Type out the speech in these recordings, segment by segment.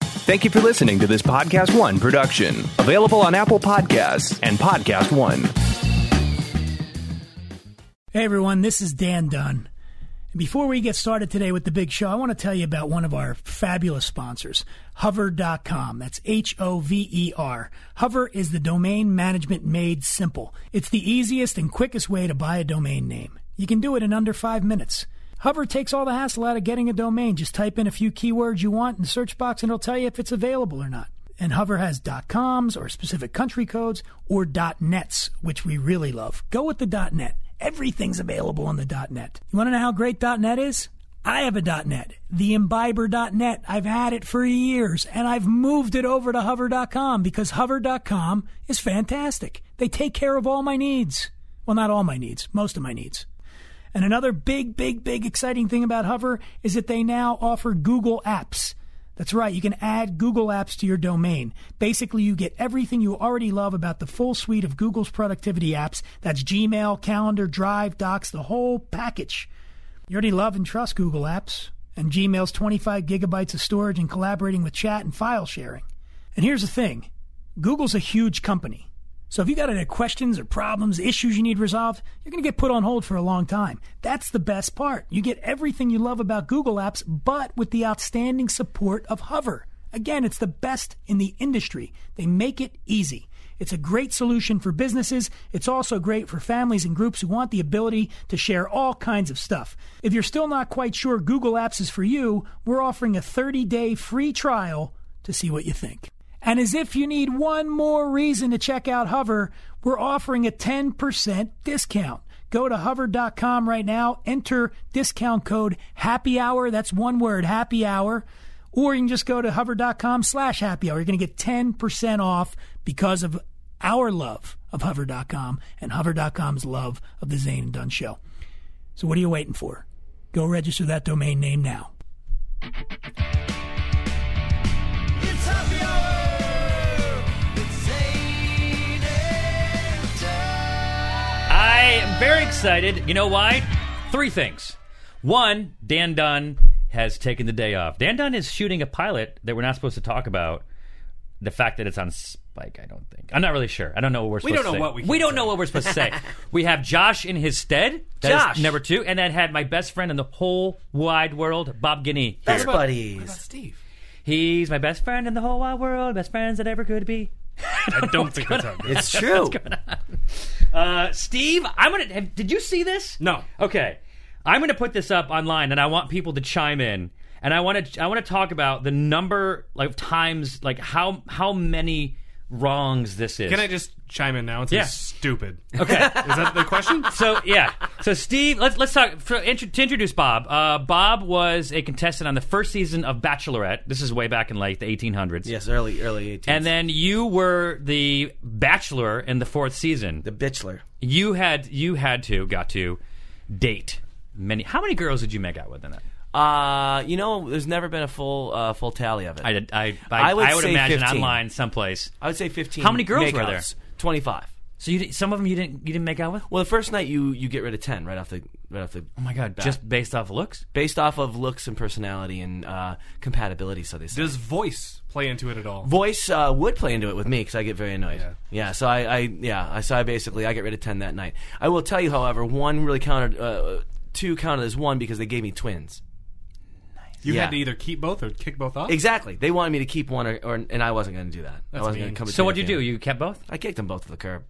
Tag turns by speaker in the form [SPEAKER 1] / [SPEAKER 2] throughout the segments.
[SPEAKER 1] Thank you for listening to this Podcast One production, available on Apple Podcasts and Podcast One.
[SPEAKER 2] Hey everyone, this is Dan Dunn. And Before we get started today with the big show, I want to tell you about one of our fabulous sponsors, hover.com. That's H O V E R. Hover is the domain management made simple. It's the easiest and quickest way to buy a domain name. You can do it in under 5 minutes. Hover takes all the hassle out of getting a domain. Just type in a few keywords you want in the search box and it'll tell you if it's available or not. And Hover has .coms or specific country codes or .nets, which we really love. Go with the .net. Everything's available on the .net. You want to know how great .net is? I have a .net, the imbiber.net. I've had it for years and I've moved it over to hover.com because hover.com is fantastic. They take care of all my needs. Well, not all my needs, most of my needs. And another big, big, big exciting thing about Hover is that they now offer Google Apps. That's right, you can add Google Apps to your domain. Basically, you get everything you already love about the full suite of Google's productivity apps. That's Gmail, Calendar, Drive, Docs, the whole package. You already love and trust Google Apps and Gmail's 25 gigabytes of storage and collaborating with chat and file sharing. And here's the thing Google's a huge company. So if you got any questions or problems, issues you need resolved, you're going to get put on hold for a long time. That's the best part. You get everything you love about Google Apps, but with the outstanding support of Hover. Again, it's the best in the industry. They make it easy. It's a great solution for businesses. It's also great for families and groups who want the ability to share all kinds of stuff. If you're still not quite sure Google Apps is for you, we're offering a 30 day free trial to see what you think. And as if you need one more reason to check out Hover, we're offering a 10% discount. Go to hover.com right now, enter discount code happy hour. That's one word, happy hour. Or you can just go to hover.com slash happy hour. You're going to get 10% off because of our love of hover.com and hover.com's love of the Zane and Dunn show. So what are you waiting for? Go register that domain name now.
[SPEAKER 3] It's happy hour with Zane and Dunn.
[SPEAKER 4] I am very excited. You know why? Three things. One, Dan Dunn has taken the day off. Dan Dunn is shooting a pilot that we're not supposed to talk about. The fact that it's on Spike, I don't think. I'm not really sure. I don't know what we're supposed
[SPEAKER 5] don't
[SPEAKER 4] to
[SPEAKER 5] know
[SPEAKER 4] say.
[SPEAKER 5] what we can
[SPEAKER 4] don't
[SPEAKER 5] say.
[SPEAKER 4] know what we're supposed to say. we have Josh in his stead. That is
[SPEAKER 5] Josh.
[SPEAKER 4] number two. And then had my best friend in the whole wide world, Bob Guinea. here.
[SPEAKER 6] Best buddies.
[SPEAKER 5] Steve.
[SPEAKER 4] He's my best friend in the whole wide world, best friends that ever could be.
[SPEAKER 5] I don't think that's how it goes.
[SPEAKER 6] It's true.
[SPEAKER 4] Uh, Steve, I'm gonna. Have, did you see this?
[SPEAKER 5] No.
[SPEAKER 4] Okay, I'm gonna put this up online, and I want people to chime in, and I want to. I want to talk about the number like times, like how how many wrongs this is.
[SPEAKER 5] Can I just chime in now and say
[SPEAKER 4] Yeah.
[SPEAKER 5] stupid?
[SPEAKER 4] Okay.
[SPEAKER 5] Is that the question?
[SPEAKER 4] so yeah, so Steve, let's let's talk for, intro, to introduce Bob. Uh, Bob was a contestant on the first season of Bachelorette. This is way back in like the 1800s.
[SPEAKER 6] yes, early early 18s.
[SPEAKER 4] And then you were the bachelor in the fourth season.
[SPEAKER 6] the bitchler.
[SPEAKER 4] You had you had to got to date many. How many girls did you make out with in that?
[SPEAKER 6] Uh, you know, there's never been a full uh, full tally of it.
[SPEAKER 4] I did, I I,
[SPEAKER 6] I would
[SPEAKER 4] I would
[SPEAKER 6] say
[SPEAKER 4] imagine
[SPEAKER 6] 15.
[SPEAKER 4] online someplace.
[SPEAKER 6] I would say 15.
[SPEAKER 4] How many girls were there?
[SPEAKER 6] makeouts. 25.
[SPEAKER 4] So you did, some of them you didn't you didn't make out with.
[SPEAKER 6] Well, the first night you you get rid of 10 right off the right off the.
[SPEAKER 4] Oh my god! Just based off looks.
[SPEAKER 6] based off of looks and personality and uh, compatibility, so they say.
[SPEAKER 5] Does voice play into it at all?
[SPEAKER 6] Voice uh, would play into it with me because I get very annoyed.
[SPEAKER 5] Yeah.
[SPEAKER 6] Yeah. so I, I yeah, I so I basically I get rid of ten that night. I will tell you, however, one really counted, uh, two counted as one because they gave me twins.
[SPEAKER 5] you
[SPEAKER 6] yeah.
[SPEAKER 5] had to either keep both or kick both off.
[SPEAKER 6] Exactly, they wanted me to keep one, or, or and I wasn't going to do that. I wasn't going
[SPEAKER 5] mean.
[SPEAKER 6] to come.
[SPEAKER 4] So what'd you do? You kept both.
[SPEAKER 6] I kicked them both to the curb.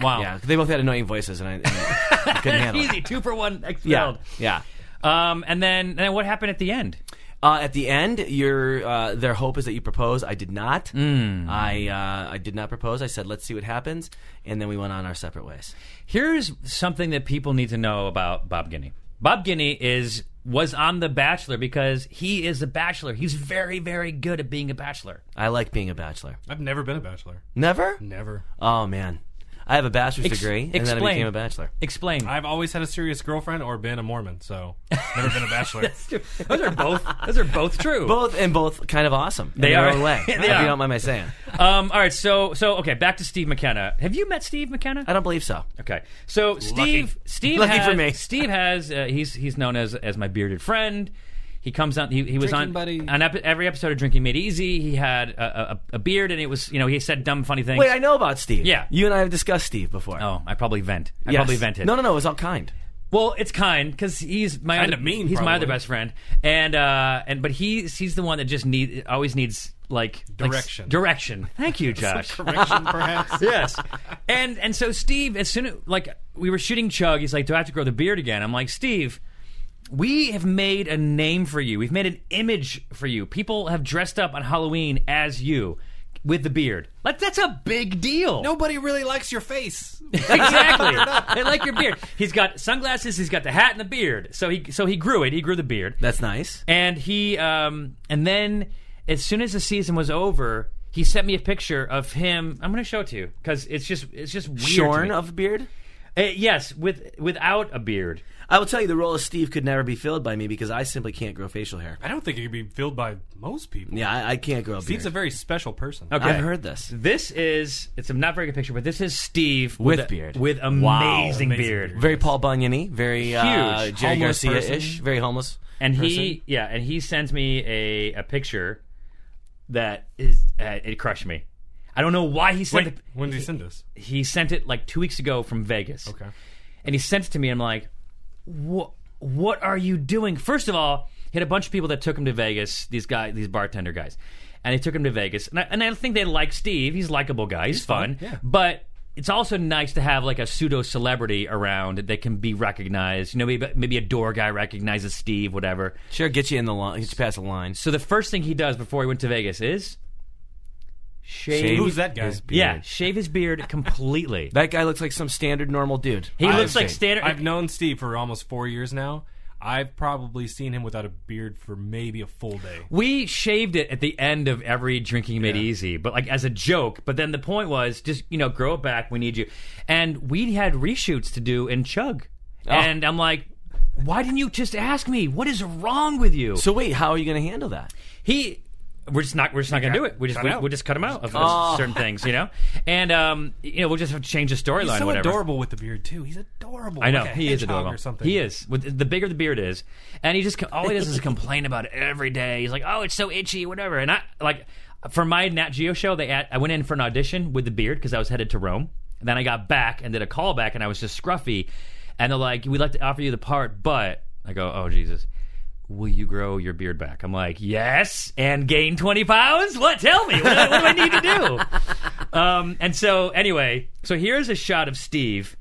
[SPEAKER 4] Wow.
[SPEAKER 6] Yeah, 'cause they both had annoying voices, and I, and I couldn't handle. it.
[SPEAKER 4] Easy two for one
[SPEAKER 6] Yeah,
[SPEAKER 4] expelled.
[SPEAKER 6] yeah.
[SPEAKER 4] Um, and then and then what happened at the end?
[SPEAKER 6] Uh, at the end, your uh, their hope is that you propose. I did not.
[SPEAKER 4] Hmm.
[SPEAKER 6] I uh, I did not propose. I said, let's see what happens, and then we went on our separate ways.
[SPEAKER 4] Here's something that people need to know about Bob Guinea. Bob Guinea is was on The Bachelor because he is a bachelor. He's very very good at being a bachelor.
[SPEAKER 6] I like being a bachelor.
[SPEAKER 5] I've never been a bachelor.
[SPEAKER 6] Never?
[SPEAKER 5] Never.
[SPEAKER 6] Oh man, I have a bachelor's
[SPEAKER 4] Ex-
[SPEAKER 6] degree, and then I
[SPEAKER 4] explain.
[SPEAKER 6] became a bachelor.
[SPEAKER 4] Explain.
[SPEAKER 5] I've always had a serious girlfriend or been a Mormon, so never been a bachelor.
[SPEAKER 4] those are both. Those are both true.
[SPEAKER 6] Both and both kind of awesome. They in
[SPEAKER 4] are.
[SPEAKER 6] their own way.
[SPEAKER 4] They
[SPEAKER 6] if you
[SPEAKER 4] are.
[SPEAKER 6] don't mind my saying.
[SPEAKER 4] Um, all right. So so okay. Back to Steve McKenna. Have you met Steve McKenna?
[SPEAKER 6] I don't believe so.
[SPEAKER 4] Okay. So Steve Steve
[SPEAKER 6] Lucky
[SPEAKER 4] has,
[SPEAKER 6] for me.
[SPEAKER 4] Steve has uh, he's he's known as as my bearded friend. He comes on. He, he was
[SPEAKER 5] Drinking
[SPEAKER 4] on
[SPEAKER 5] buddy.
[SPEAKER 4] on epi- every episode of Drinking Made Easy. He had a, a, a beard, and it was you know he said dumb funny things.
[SPEAKER 6] Wait, I know about Steve.
[SPEAKER 4] Yeah.
[SPEAKER 6] you and I have discussed Steve before.
[SPEAKER 4] oh, I probably vent. I
[SPEAKER 6] Yes.
[SPEAKER 4] probably vented.
[SPEAKER 6] No, no, no. It was all kind.
[SPEAKER 4] Well, it's kind because he's my
[SPEAKER 5] Kinda
[SPEAKER 4] other,
[SPEAKER 5] mean,
[SPEAKER 4] He's my
[SPEAKER 5] probably.
[SPEAKER 4] other best friend, and uh, and but he's he's the one that just need always needs like like s-
[SPEAKER 5] Direction.
[SPEAKER 4] direction. Thank you, Josh.
[SPEAKER 5] Correction, perhaps.
[SPEAKER 4] yes. And and so Steve, as soon as like we were shooting Chug, he's like, "Do I have to grow the beard again?" I'm like, "Steve, we have made a name for you. We've made an image for you. People have dressed up on Halloween as you." With the beard, like that's a big deal.
[SPEAKER 5] Nobody really likes your face.
[SPEAKER 4] exactly. they like your beard. He's got sunglasses. He's got the hat and the beard. So he so he grew it. He grew the beard.
[SPEAKER 6] That's nice.
[SPEAKER 4] And he um and then as soon as the season was over, he sent me a picture of him. I'm going to show it to you because it's just it's just weird to
[SPEAKER 6] Shorn
[SPEAKER 4] me.
[SPEAKER 6] of beard.
[SPEAKER 4] Uh, yes, with without a beard.
[SPEAKER 6] I will tell you, the role of Steve could never be filled by me because I simply can't grow facial hair.
[SPEAKER 5] I don't think it could be filled by most people.
[SPEAKER 6] Yeah, I, I can't grow a beard.
[SPEAKER 5] Steve's a very special person.
[SPEAKER 4] Okay.
[SPEAKER 6] I've heard this.
[SPEAKER 4] This is it's a not very good picture, but this is Steve
[SPEAKER 6] With
[SPEAKER 4] a-
[SPEAKER 6] beard.
[SPEAKER 4] with amazing,
[SPEAKER 6] Wow.
[SPEAKER 5] Amazing
[SPEAKER 4] beard.
[SPEAKER 5] beard.
[SPEAKER 6] Very Paul Bunyany, very uh,
[SPEAKER 4] Huge.
[SPEAKER 6] Jerry
[SPEAKER 5] Homeless
[SPEAKER 6] Garcia ish,
[SPEAKER 5] person.
[SPEAKER 6] very homeless.
[SPEAKER 4] And
[SPEAKER 6] person.
[SPEAKER 4] he yeah, and he sends me a a picture that is uh, it crushed me. I don't know why he sent
[SPEAKER 5] Wait,
[SPEAKER 4] the-
[SPEAKER 5] when did he send this?
[SPEAKER 4] he sent it like two weeks ago from Vegas.
[SPEAKER 5] Okay.
[SPEAKER 4] And he sent it to me. And I'm like, what? What are you doing? First of all, he had a bunch of people that took him to Vegas. These guys, these bartender guys, and they took him to Vegas. And I, and I think they like Steve. He's a likable guy. He's, fun.
[SPEAKER 5] yeah.
[SPEAKER 4] But it's also nice to have like a pseudo celebrity around that can be recognized. You know, maybe maybe a door guy recognizes Steve, whatever.
[SPEAKER 6] Sure, get you in the line, get you past the line.
[SPEAKER 4] So the first thing he does before he went to Vegas is shave.
[SPEAKER 6] Shave
[SPEAKER 5] Who's that guy?
[SPEAKER 6] his beard.
[SPEAKER 4] Yeah, shave his beard completely.
[SPEAKER 6] That guy looks like some standard normal dude.
[SPEAKER 4] He
[SPEAKER 6] I
[SPEAKER 4] looks like
[SPEAKER 6] think.
[SPEAKER 4] standard.
[SPEAKER 5] I've known Steve for almost four years now. I've probably seen him without a beard for maybe a full day.
[SPEAKER 4] We shaved it at the end of every drinking made easy, but like as a joke. But then the point was just you know grow it back. We need you, and we had reshoots to do in Chug,
[SPEAKER 5] Oh.
[SPEAKER 4] and I'm like, why didn't you just ask me? What is wrong with you?
[SPEAKER 6] So wait, how are you going to handle that?
[SPEAKER 4] he we're just not we're just not gonna do it. We just
[SPEAKER 5] cut
[SPEAKER 4] we,
[SPEAKER 5] out.
[SPEAKER 4] we'll just cut him out of
[SPEAKER 6] Oh.
[SPEAKER 4] certain things, you know. And um, you know we'll just have to change the
[SPEAKER 5] He's
[SPEAKER 4] storyline.
[SPEAKER 5] so
[SPEAKER 4] or whatever.
[SPEAKER 5] adorable with the beard too. He's adorable.
[SPEAKER 4] I know
[SPEAKER 5] like a
[SPEAKER 4] he is
[SPEAKER 5] hedgehog
[SPEAKER 4] adorable.
[SPEAKER 5] Or something.
[SPEAKER 4] He is. With the bigger the beard is, and he just all he does is complain about it every day. He's like, "Oh, it's so itchy, whatever." And I like for my Nat Geo show, they at, I went in for an audition with the beard because I was headed to Rome. And then I got back and did a callback, and I was just scruffy. And they're like, "We'd like to offer you the part, but I go, oh Jesus." Will you grow your beard back? I'm like, yes, and gain 20 pounds? What? Tell me. What do I, what do I need to do? Um, and so, anyway, so here's a shot of Steve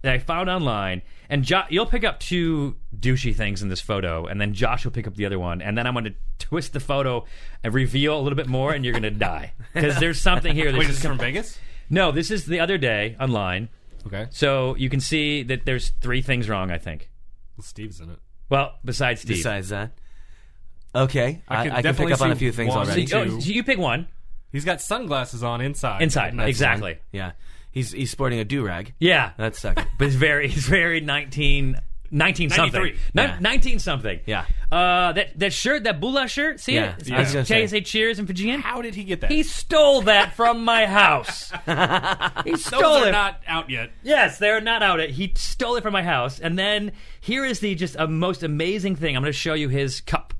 [SPEAKER 4] that I found online. And jo- you'll pick up two douchey things in this photo, and then Josh will pick up the other one. And then I'm going to twist the photo and reveal a little bit more, and you're going to die because there's something here. That's
[SPEAKER 5] Wait, is
[SPEAKER 4] just
[SPEAKER 5] this from Vegas?
[SPEAKER 4] no, this is the other day online.
[SPEAKER 5] Okay.
[SPEAKER 4] So you can see that there's three things wrong. I think.
[SPEAKER 5] Steve's in it.
[SPEAKER 4] Well, besides Steve.
[SPEAKER 6] Besides that, okay, I, I
[SPEAKER 5] could
[SPEAKER 6] can, pick
[SPEAKER 5] definitely
[SPEAKER 6] up on a
[SPEAKER 5] see
[SPEAKER 6] few things
[SPEAKER 5] one.
[SPEAKER 6] already.
[SPEAKER 5] See-
[SPEAKER 4] Oh,
[SPEAKER 5] Two.
[SPEAKER 4] so you pick one
[SPEAKER 5] He's got sunglasses on inside.
[SPEAKER 4] inside.
[SPEAKER 5] And that's
[SPEAKER 4] exactly.
[SPEAKER 6] Yeah, he's he's sporting a do rag.
[SPEAKER 4] Yeah.
[SPEAKER 6] that's second.
[SPEAKER 4] but it's very it's very 19 19 something
[SPEAKER 5] 93.
[SPEAKER 4] Nin-
[SPEAKER 6] Yeah.
[SPEAKER 4] 19 something
[SPEAKER 6] Yeah.
[SPEAKER 4] uh that that shirt that boula shirt see
[SPEAKER 6] Yeah.
[SPEAKER 4] it
[SPEAKER 6] Yeah. I was gonna
[SPEAKER 4] Jay
[SPEAKER 6] say.
[SPEAKER 4] say cheers in Fijian
[SPEAKER 5] How did he get that?
[SPEAKER 4] he stole that from my house he
[SPEAKER 5] Those
[SPEAKER 4] stole
[SPEAKER 5] are
[SPEAKER 4] it
[SPEAKER 5] not out yet.
[SPEAKER 4] yes they're not out it he stole it from my house and then here is the just a most amazing thing I'm going to show you his cup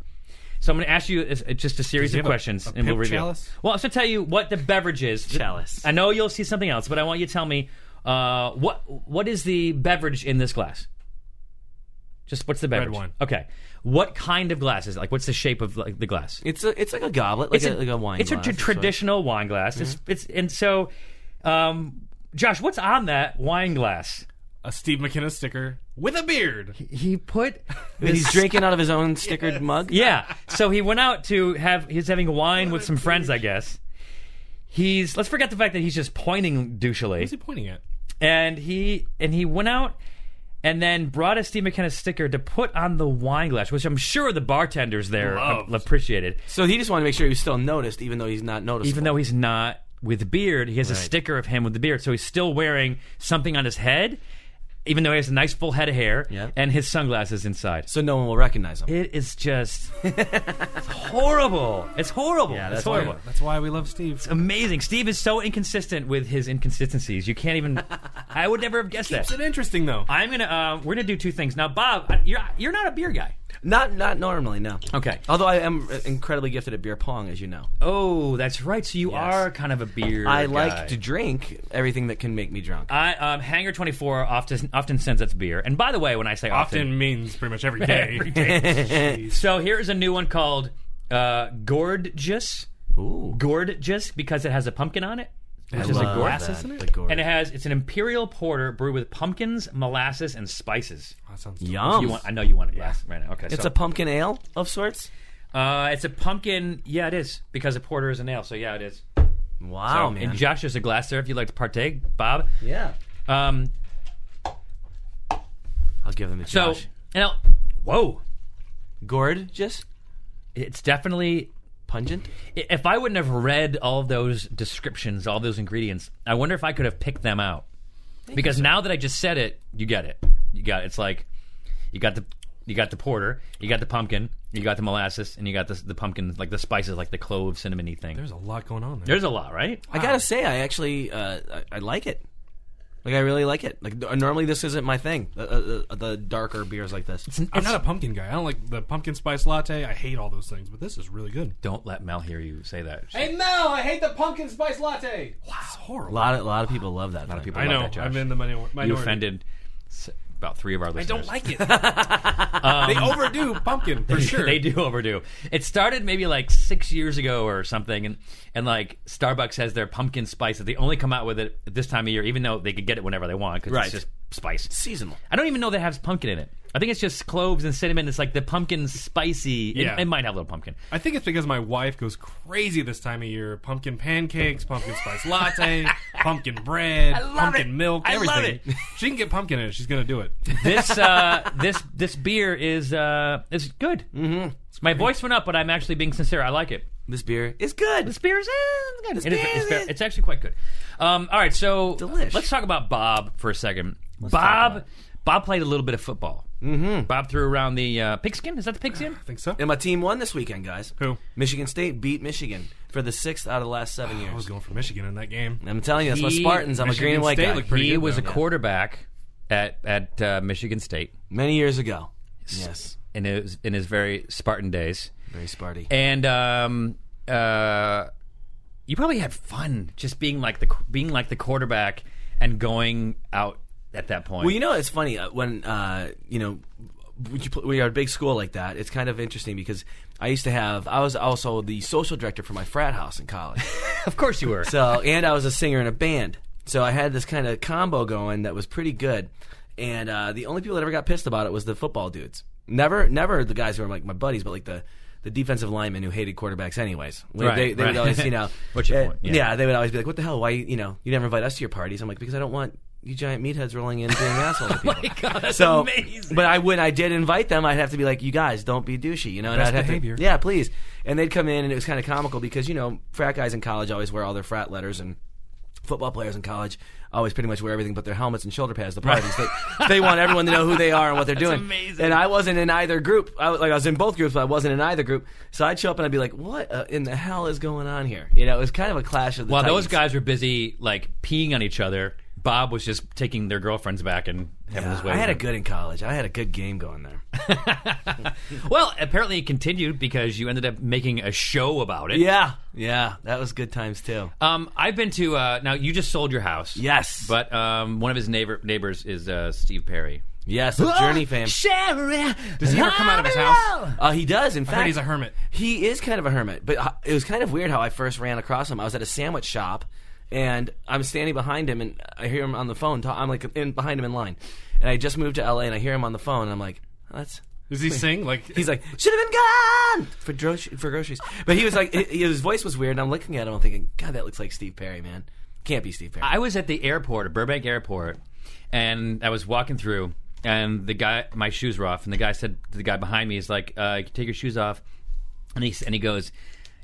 [SPEAKER 4] so I'm going to ask you if- just a series
[SPEAKER 5] he
[SPEAKER 4] of
[SPEAKER 5] have a-
[SPEAKER 4] questions
[SPEAKER 5] a
[SPEAKER 4] and we'll
[SPEAKER 5] pimp
[SPEAKER 4] reveal.
[SPEAKER 5] chalice?
[SPEAKER 4] Well, I'm going to tell you what the beverage is.
[SPEAKER 6] Chalice.
[SPEAKER 4] I know you'll see something else, but I want you to tell me uh, what what is the beverage in this glass? Just what's the beverage?
[SPEAKER 5] wine.
[SPEAKER 4] Okay. What kind of glass is it? Like, what's the shape of like, the glass?
[SPEAKER 6] It's a, it's like a goblet, like, a, like a wine.
[SPEAKER 4] It's
[SPEAKER 6] glass, Mm-hmm.
[SPEAKER 4] a
[SPEAKER 6] that's
[SPEAKER 4] tr-
[SPEAKER 6] what-
[SPEAKER 4] traditional wine glass. It's it's and so, um, Josh, what's on that wine glass?
[SPEAKER 5] A Steve McKenna sticker with a beard.
[SPEAKER 4] He put
[SPEAKER 6] That he's drinking out of his own stickered mug.
[SPEAKER 4] Yeah. So he went out to have he's having wine with some friends, I guess. He's let's forget the fact that he's just pointing
[SPEAKER 5] Who's he
[SPEAKER 4] douchely.
[SPEAKER 5] pointing at?
[SPEAKER 4] And he and he went out and then brought a Steve McKenna sticker to put on the wine glass, which I'm sure the bartenders there uh,
[SPEAKER 5] Loved.
[SPEAKER 4] appreciated.
[SPEAKER 6] So he just wanted to make sure he was still noticed, even though he's not noticed.
[SPEAKER 4] Even though he's not with beard, he has a sticker of him with the beard, so he's still wearing something on his head, even though he has a nice full head of hair
[SPEAKER 6] Yeah.
[SPEAKER 4] and his sunglasses inside.
[SPEAKER 6] so no one will recognize him.
[SPEAKER 4] It is just it's horrible. It's horrible. Oh, Yeah,
[SPEAKER 6] that's
[SPEAKER 4] it's horrible.
[SPEAKER 5] That's why we love Steve.
[SPEAKER 4] amazing. Steve is so inconsistent with his inconsistencies. You can't even. I would never have guessed
[SPEAKER 5] It's
[SPEAKER 4] that.
[SPEAKER 5] an interesting though.
[SPEAKER 4] I'm gonna. Uh, we're gonna do two things now, Bob. I- uh, You're you're not a beer guy.
[SPEAKER 6] Not not normally, no.
[SPEAKER 4] Okay.
[SPEAKER 6] Although I am incredibly gifted at beer pong, as you know.
[SPEAKER 4] Oh, that's right. So you are kind of a beer.
[SPEAKER 6] I
[SPEAKER 4] guy.
[SPEAKER 6] like to drink everything that can make me drunk.
[SPEAKER 4] I um, Hanger Twenty Four often often sends us beer. And by the way, when I say often,
[SPEAKER 5] Often means pretty much every day.
[SPEAKER 4] so here is a new one called uh, Gorgeous.
[SPEAKER 6] Ooh,
[SPEAKER 4] Gorgeous because it has a pumpkin on it. Which
[SPEAKER 6] I
[SPEAKER 4] is a
[SPEAKER 6] love
[SPEAKER 4] gourd.
[SPEAKER 6] that,
[SPEAKER 5] isn't it?
[SPEAKER 6] the gourd.
[SPEAKER 4] And it has it's an imperial porter brewed with pumpkins, molasses, and spices.
[SPEAKER 5] That sounds
[SPEAKER 6] Yum.
[SPEAKER 4] You want? I know you want it glass right now. Okay,
[SPEAKER 6] it's
[SPEAKER 4] so,
[SPEAKER 6] a pumpkin ale of sorts.
[SPEAKER 4] uh, it's a pumpkin. Yeah, it is because a porter is an ale. So yeah, it is.
[SPEAKER 6] Wow,
[SPEAKER 4] So-
[SPEAKER 6] Oh, man.
[SPEAKER 4] and Josh, there's a glass there if you'd like to partake, Bob.
[SPEAKER 6] yeah.
[SPEAKER 4] Um,
[SPEAKER 6] I'll give them to
[SPEAKER 4] so
[SPEAKER 6] Josh.
[SPEAKER 4] now, whoa,
[SPEAKER 6] Gourd, just
[SPEAKER 4] it's definitely.
[SPEAKER 6] pungent.
[SPEAKER 4] i- If I wouldn't have read all those descriptions, all those ingredients, I wonder if I could have picked them out. Because now that I just said it, you get it. You got it's like you got the you got the porter, you got the pumpkin, you got the molasses, and you got the the pumpkin like the spices like the clove, cinnamony thing.
[SPEAKER 5] There's a lot going on there.
[SPEAKER 4] There's a lot, right?
[SPEAKER 6] I gotta say, I actually uh, I, I like it. Like I really like it. Like th- normally this isn't my thing. The, uh, uh, the darker beers like this.
[SPEAKER 5] I'm not a pumpkin guy. I don't like the pumpkin spice latte. I hate all those things, but this is really good.
[SPEAKER 4] Don't let Mel hear you say that.
[SPEAKER 5] Hey, Mel, I hate the pumpkin spice latte. Wow, it's
[SPEAKER 6] A
[SPEAKER 5] horrible.
[SPEAKER 6] lot of a lot of people love that. A lot of
[SPEAKER 4] people
[SPEAKER 5] I
[SPEAKER 4] love
[SPEAKER 5] know.
[SPEAKER 4] that, Josh.
[SPEAKER 5] I'm in the minor- minority.
[SPEAKER 4] you offended s- about three of our listeners.
[SPEAKER 5] it. they overdo pumpkin for sure.
[SPEAKER 4] They do overdo. It started maybe like six years ago or something, and and like Starbucks has their pumpkin spice that they only come out with it at this time of year, even though they could get it whenever they want because
[SPEAKER 6] Right.
[SPEAKER 4] it's just spice.
[SPEAKER 6] seasonal.
[SPEAKER 4] I don't even know that it has pumpkin in it. I think it's just cloves and cinnamon. It's like the pumpkin spicy. It-
[SPEAKER 5] Yeah.
[SPEAKER 4] It, might have a little pumpkin.
[SPEAKER 5] I think it's because my wife goes crazy this time of year. Pumpkin pancakes, pumpkin spice latte, pumpkin bread, pumpkin milk,
[SPEAKER 4] I
[SPEAKER 5] everything.
[SPEAKER 4] love
[SPEAKER 5] She can get pumpkin in it. She's going to do it.
[SPEAKER 4] This uh, this this beer is uh, is good. Mm-hmm. My voice went up, but I'm actually being sincere. I like it.
[SPEAKER 6] This beer is good.
[SPEAKER 4] This beer is eh, it's good. It is-
[SPEAKER 6] beer
[SPEAKER 4] it's,
[SPEAKER 6] is
[SPEAKER 4] fair-
[SPEAKER 6] good.
[SPEAKER 4] it's actually quite good. Um, all right, so
[SPEAKER 6] Delish.
[SPEAKER 4] let's talk about Bob for a 2nd
[SPEAKER 6] talk
[SPEAKER 4] Bob,
[SPEAKER 6] about
[SPEAKER 4] Bob played a little bit of football. Mm-hmm. Bob threw around the uh, pigskin. Is that the pigskin?
[SPEAKER 5] I think so.
[SPEAKER 6] And my team won this weekend, guys.
[SPEAKER 5] Who?
[SPEAKER 6] Michigan State beat Michigan for the sixth out of the last seven
[SPEAKER 5] I was
[SPEAKER 6] years.
[SPEAKER 5] going for Michigan in that game.
[SPEAKER 6] I'm telling you, that's my
[SPEAKER 4] Oh, He-
[SPEAKER 6] Spartans. I'm
[SPEAKER 5] Michigan
[SPEAKER 6] a green and white
[SPEAKER 5] State
[SPEAKER 6] guy.
[SPEAKER 5] looked pretty
[SPEAKER 4] he
[SPEAKER 5] good,
[SPEAKER 4] was a
[SPEAKER 5] though.
[SPEAKER 4] quarterback at at uh, Michigan State
[SPEAKER 6] Many years ago. Yes.
[SPEAKER 4] in his in his very Spartan days,
[SPEAKER 6] Very Sparty.
[SPEAKER 4] and um, uh, you probably had fun just being like the being like the quarterback and going out at that point.
[SPEAKER 6] Well, you know, it's funny uh, when uh, you know when you pl- when you're at a big school like that. It's kind of interesting because I used to have I was also the social director for my frat house in college.
[SPEAKER 4] of course you were.
[SPEAKER 6] so and I was a singer in a band. So I had this kind of combo going that was pretty good. And uh, the only people that ever got pissed about it was the football dudes. Never, never the guys who were like my buddies, but like the. The defensive linemen who hated quarterbacks, anyways. When
[SPEAKER 4] Right,
[SPEAKER 6] they they
[SPEAKER 4] right.
[SPEAKER 6] would always, you know,
[SPEAKER 4] What's your
[SPEAKER 6] uh,
[SPEAKER 4] point? Yeah.
[SPEAKER 6] Yeah. they would always be like, "What the hell? Why, you know, you never invite us to your parties?" I'm like, "Because I don't want you giant meatheads rolling in being assholes."
[SPEAKER 4] Oh
[SPEAKER 6] To people.
[SPEAKER 4] God, that's
[SPEAKER 6] So,
[SPEAKER 4] amazing.
[SPEAKER 6] but I when I did invite them, I'd have to be like, "You guys, don't be douchey," you know. And
[SPEAKER 5] Best
[SPEAKER 6] I'd have
[SPEAKER 5] behavior.
[SPEAKER 6] to, yeah, please. And they'd come in, and it was kind of comical because you know, frat guys in college always wear all their frat letters, and football players in college always pretty much wear everything but their helmets and shoulder pads. The parties they, they want everyone to know who they are and what they're doing.
[SPEAKER 4] amazing.
[SPEAKER 6] And I wasn't in either group. I was, like I was in both groups, but I wasn't in either group. So I'd show up and I'd be like, "What uh, in the hell is going on here?" You know, it was kind of a clash of the.
[SPEAKER 4] While
[SPEAKER 6] titans.
[SPEAKER 4] those guys were busy like peeing on each other, Bob was just taking their girlfriends back and having his way.
[SPEAKER 6] I
[SPEAKER 4] with
[SPEAKER 6] had a
[SPEAKER 4] them.
[SPEAKER 6] good in college. I had a good game going there.
[SPEAKER 4] Well, apparently it continued because you ended up making a show about it.
[SPEAKER 6] yeah, yeah, that was good times too.
[SPEAKER 4] Um, I've been to uh, now. You just sold your house.
[SPEAKER 6] Yes.
[SPEAKER 4] But um, one of his neighbor neighbors is uh, Steve Perry.
[SPEAKER 6] Yes, the Journey fam.
[SPEAKER 4] Sherry.
[SPEAKER 5] Does he ever come out of his house?
[SPEAKER 6] Uh, he does, in fact.
[SPEAKER 5] he's a hermit.
[SPEAKER 6] He is kind of a hermit, but uh, it was kind of weird how I first ran across him. I was at a sandwich shop, and I'm standing behind him, and I hear him on the phone. Ta- I'm like in, behind him in line, and I just moved to LA, and I hear him on the phone, and I'm like, oh, that's.
[SPEAKER 5] Does he sing? Like
[SPEAKER 6] He's like, should have been gone for, dro- for groceries. But he was like, hi- his voice was weird, and I'm looking at him, I'm thinking, God, that looks like Steve Perry, man. Can't be Steve Perry.
[SPEAKER 4] I was at the airport, Burbank Airport, and I was walking through, and the guy, my shoes were off, and the guy said to the guy behind me, he's like, uh, "Take your shoes off," and he s- and he goes.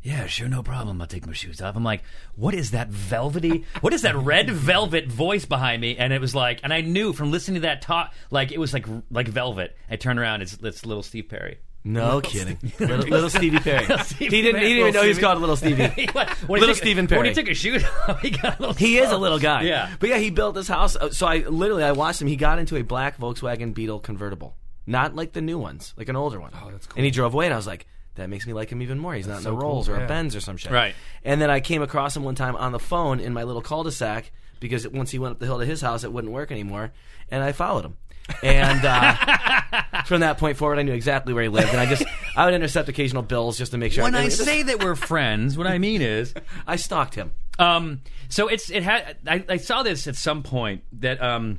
[SPEAKER 4] Yeah, sure, no problem. I'll take my shoes off. I'm like, what is that velvety? What is that red velvet voice behind me? And it was like, and I knew from listening to that talk, like it was like like velvet. I turn around, it's it's little Steve Perry.
[SPEAKER 6] no kidding. little, little Stevie Perry.
[SPEAKER 4] Stevie
[SPEAKER 6] he didn't,
[SPEAKER 4] Perry.
[SPEAKER 6] he didn't even know he was
[SPEAKER 5] Little
[SPEAKER 6] called Little Stevie.
[SPEAKER 4] What- when he
[SPEAKER 6] Little
[SPEAKER 4] took-
[SPEAKER 6] Stephen
[SPEAKER 4] When
[SPEAKER 6] Perry.
[SPEAKER 4] he took his shoes off, he got a little.
[SPEAKER 6] He is a little guy.
[SPEAKER 4] Yeah.
[SPEAKER 6] But yeah, he built this house. uh, So I literally I watched him. He got into a black Volkswagen Beetle convertible. not like the new ones, like an older one. Oh,
[SPEAKER 5] that's cool.
[SPEAKER 6] And he drove away, and I was like, that makes me like him even more. He's not in
[SPEAKER 5] so
[SPEAKER 6] a Rolls
[SPEAKER 5] cool,
[SPEAKER 6] or
[SPEAKER 5] yeah.
[SPEAKER 6] a Benz or some shit.
[SPEAKER 4] Right.
[SPEAKER 6] And then I came across him one time on the phone in my little cul-de-sac because once he went up the hill to his house, it wouldn't work anymore, and I followed him. And uh, from that point forward, I knew exactly where he lived, and I just I would intercept occasional bills just to make sure.
[SPEAKER 4] When I
[SPEAKER 6] mean, this-
[SPEAKER 4] say that we're friends, what I mean is,
[SPEAKER 6] I stalked him.
[SPEAKER 4] um, so it's it had. I, I saw this at some point that um,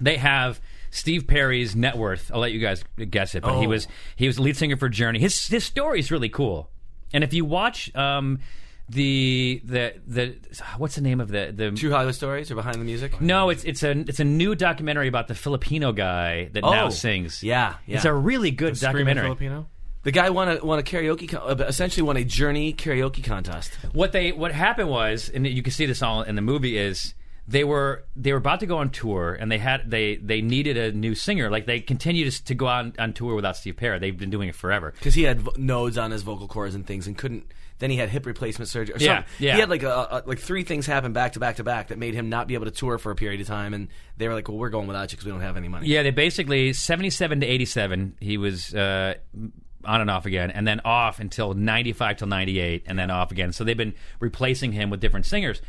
[SPEAKER 4] they have Steve Perry's net worth. I'll let you guys guess it, but he
[SPEAKER 6] Oh.
[SPEAKER 4] was he was the lead singer for Journey. His his story is really cool, and if you watch um, the the the what's the name of the the
[SPEAKER 6] True Hollywood stories or behind the music?
[SPEAKER 4] no, it's it's a it's a new documentary about the Filipino guy that now
[SPEAKER 6] Oh,
[SPEAKER 4] sings.
[SPEAKER 6] yeah,
[SPEAKER 4] it's
[SPEAKER 6] yeah.
[SPEAKER 4] a really good
[SPEAKER 5] Screaming
[SPEAKER 4] documentary.
[SPEAKER 5] Filipino.
[SPEAKER 6] The guy won a won a karaoke, co- uh, essentially won a Journey karaoke contest.
[SPEAKER 4] what they what happened was, and you can see this all in the movie is they were they were about to go on tour and they had they they needed a new singer. Like they continued to, to go on, on tour without Steve Perry. They've been doing it forever.
[SPEAKER 6] because he had vo- nodes on his vocal cords and things, and couldn't. Then he had hip replacement surgery. Or
[SPEAKER 4] Yeah,
[SPEAKER 6] something.
[SPEAKER 4] yeah.
[SPEAKER 6] He had like a, a, like three things happen back to back to back that made him not be able to tour for a period of time, and they were like, "Well, we're going without you because we don't have any money."
[SPEAKER 4] Yeah, they basically seventy seven to eighty seven. He was. Uh, on and off again, and then off until '95 till '98, and then off again. So they've been replacing him with different singers.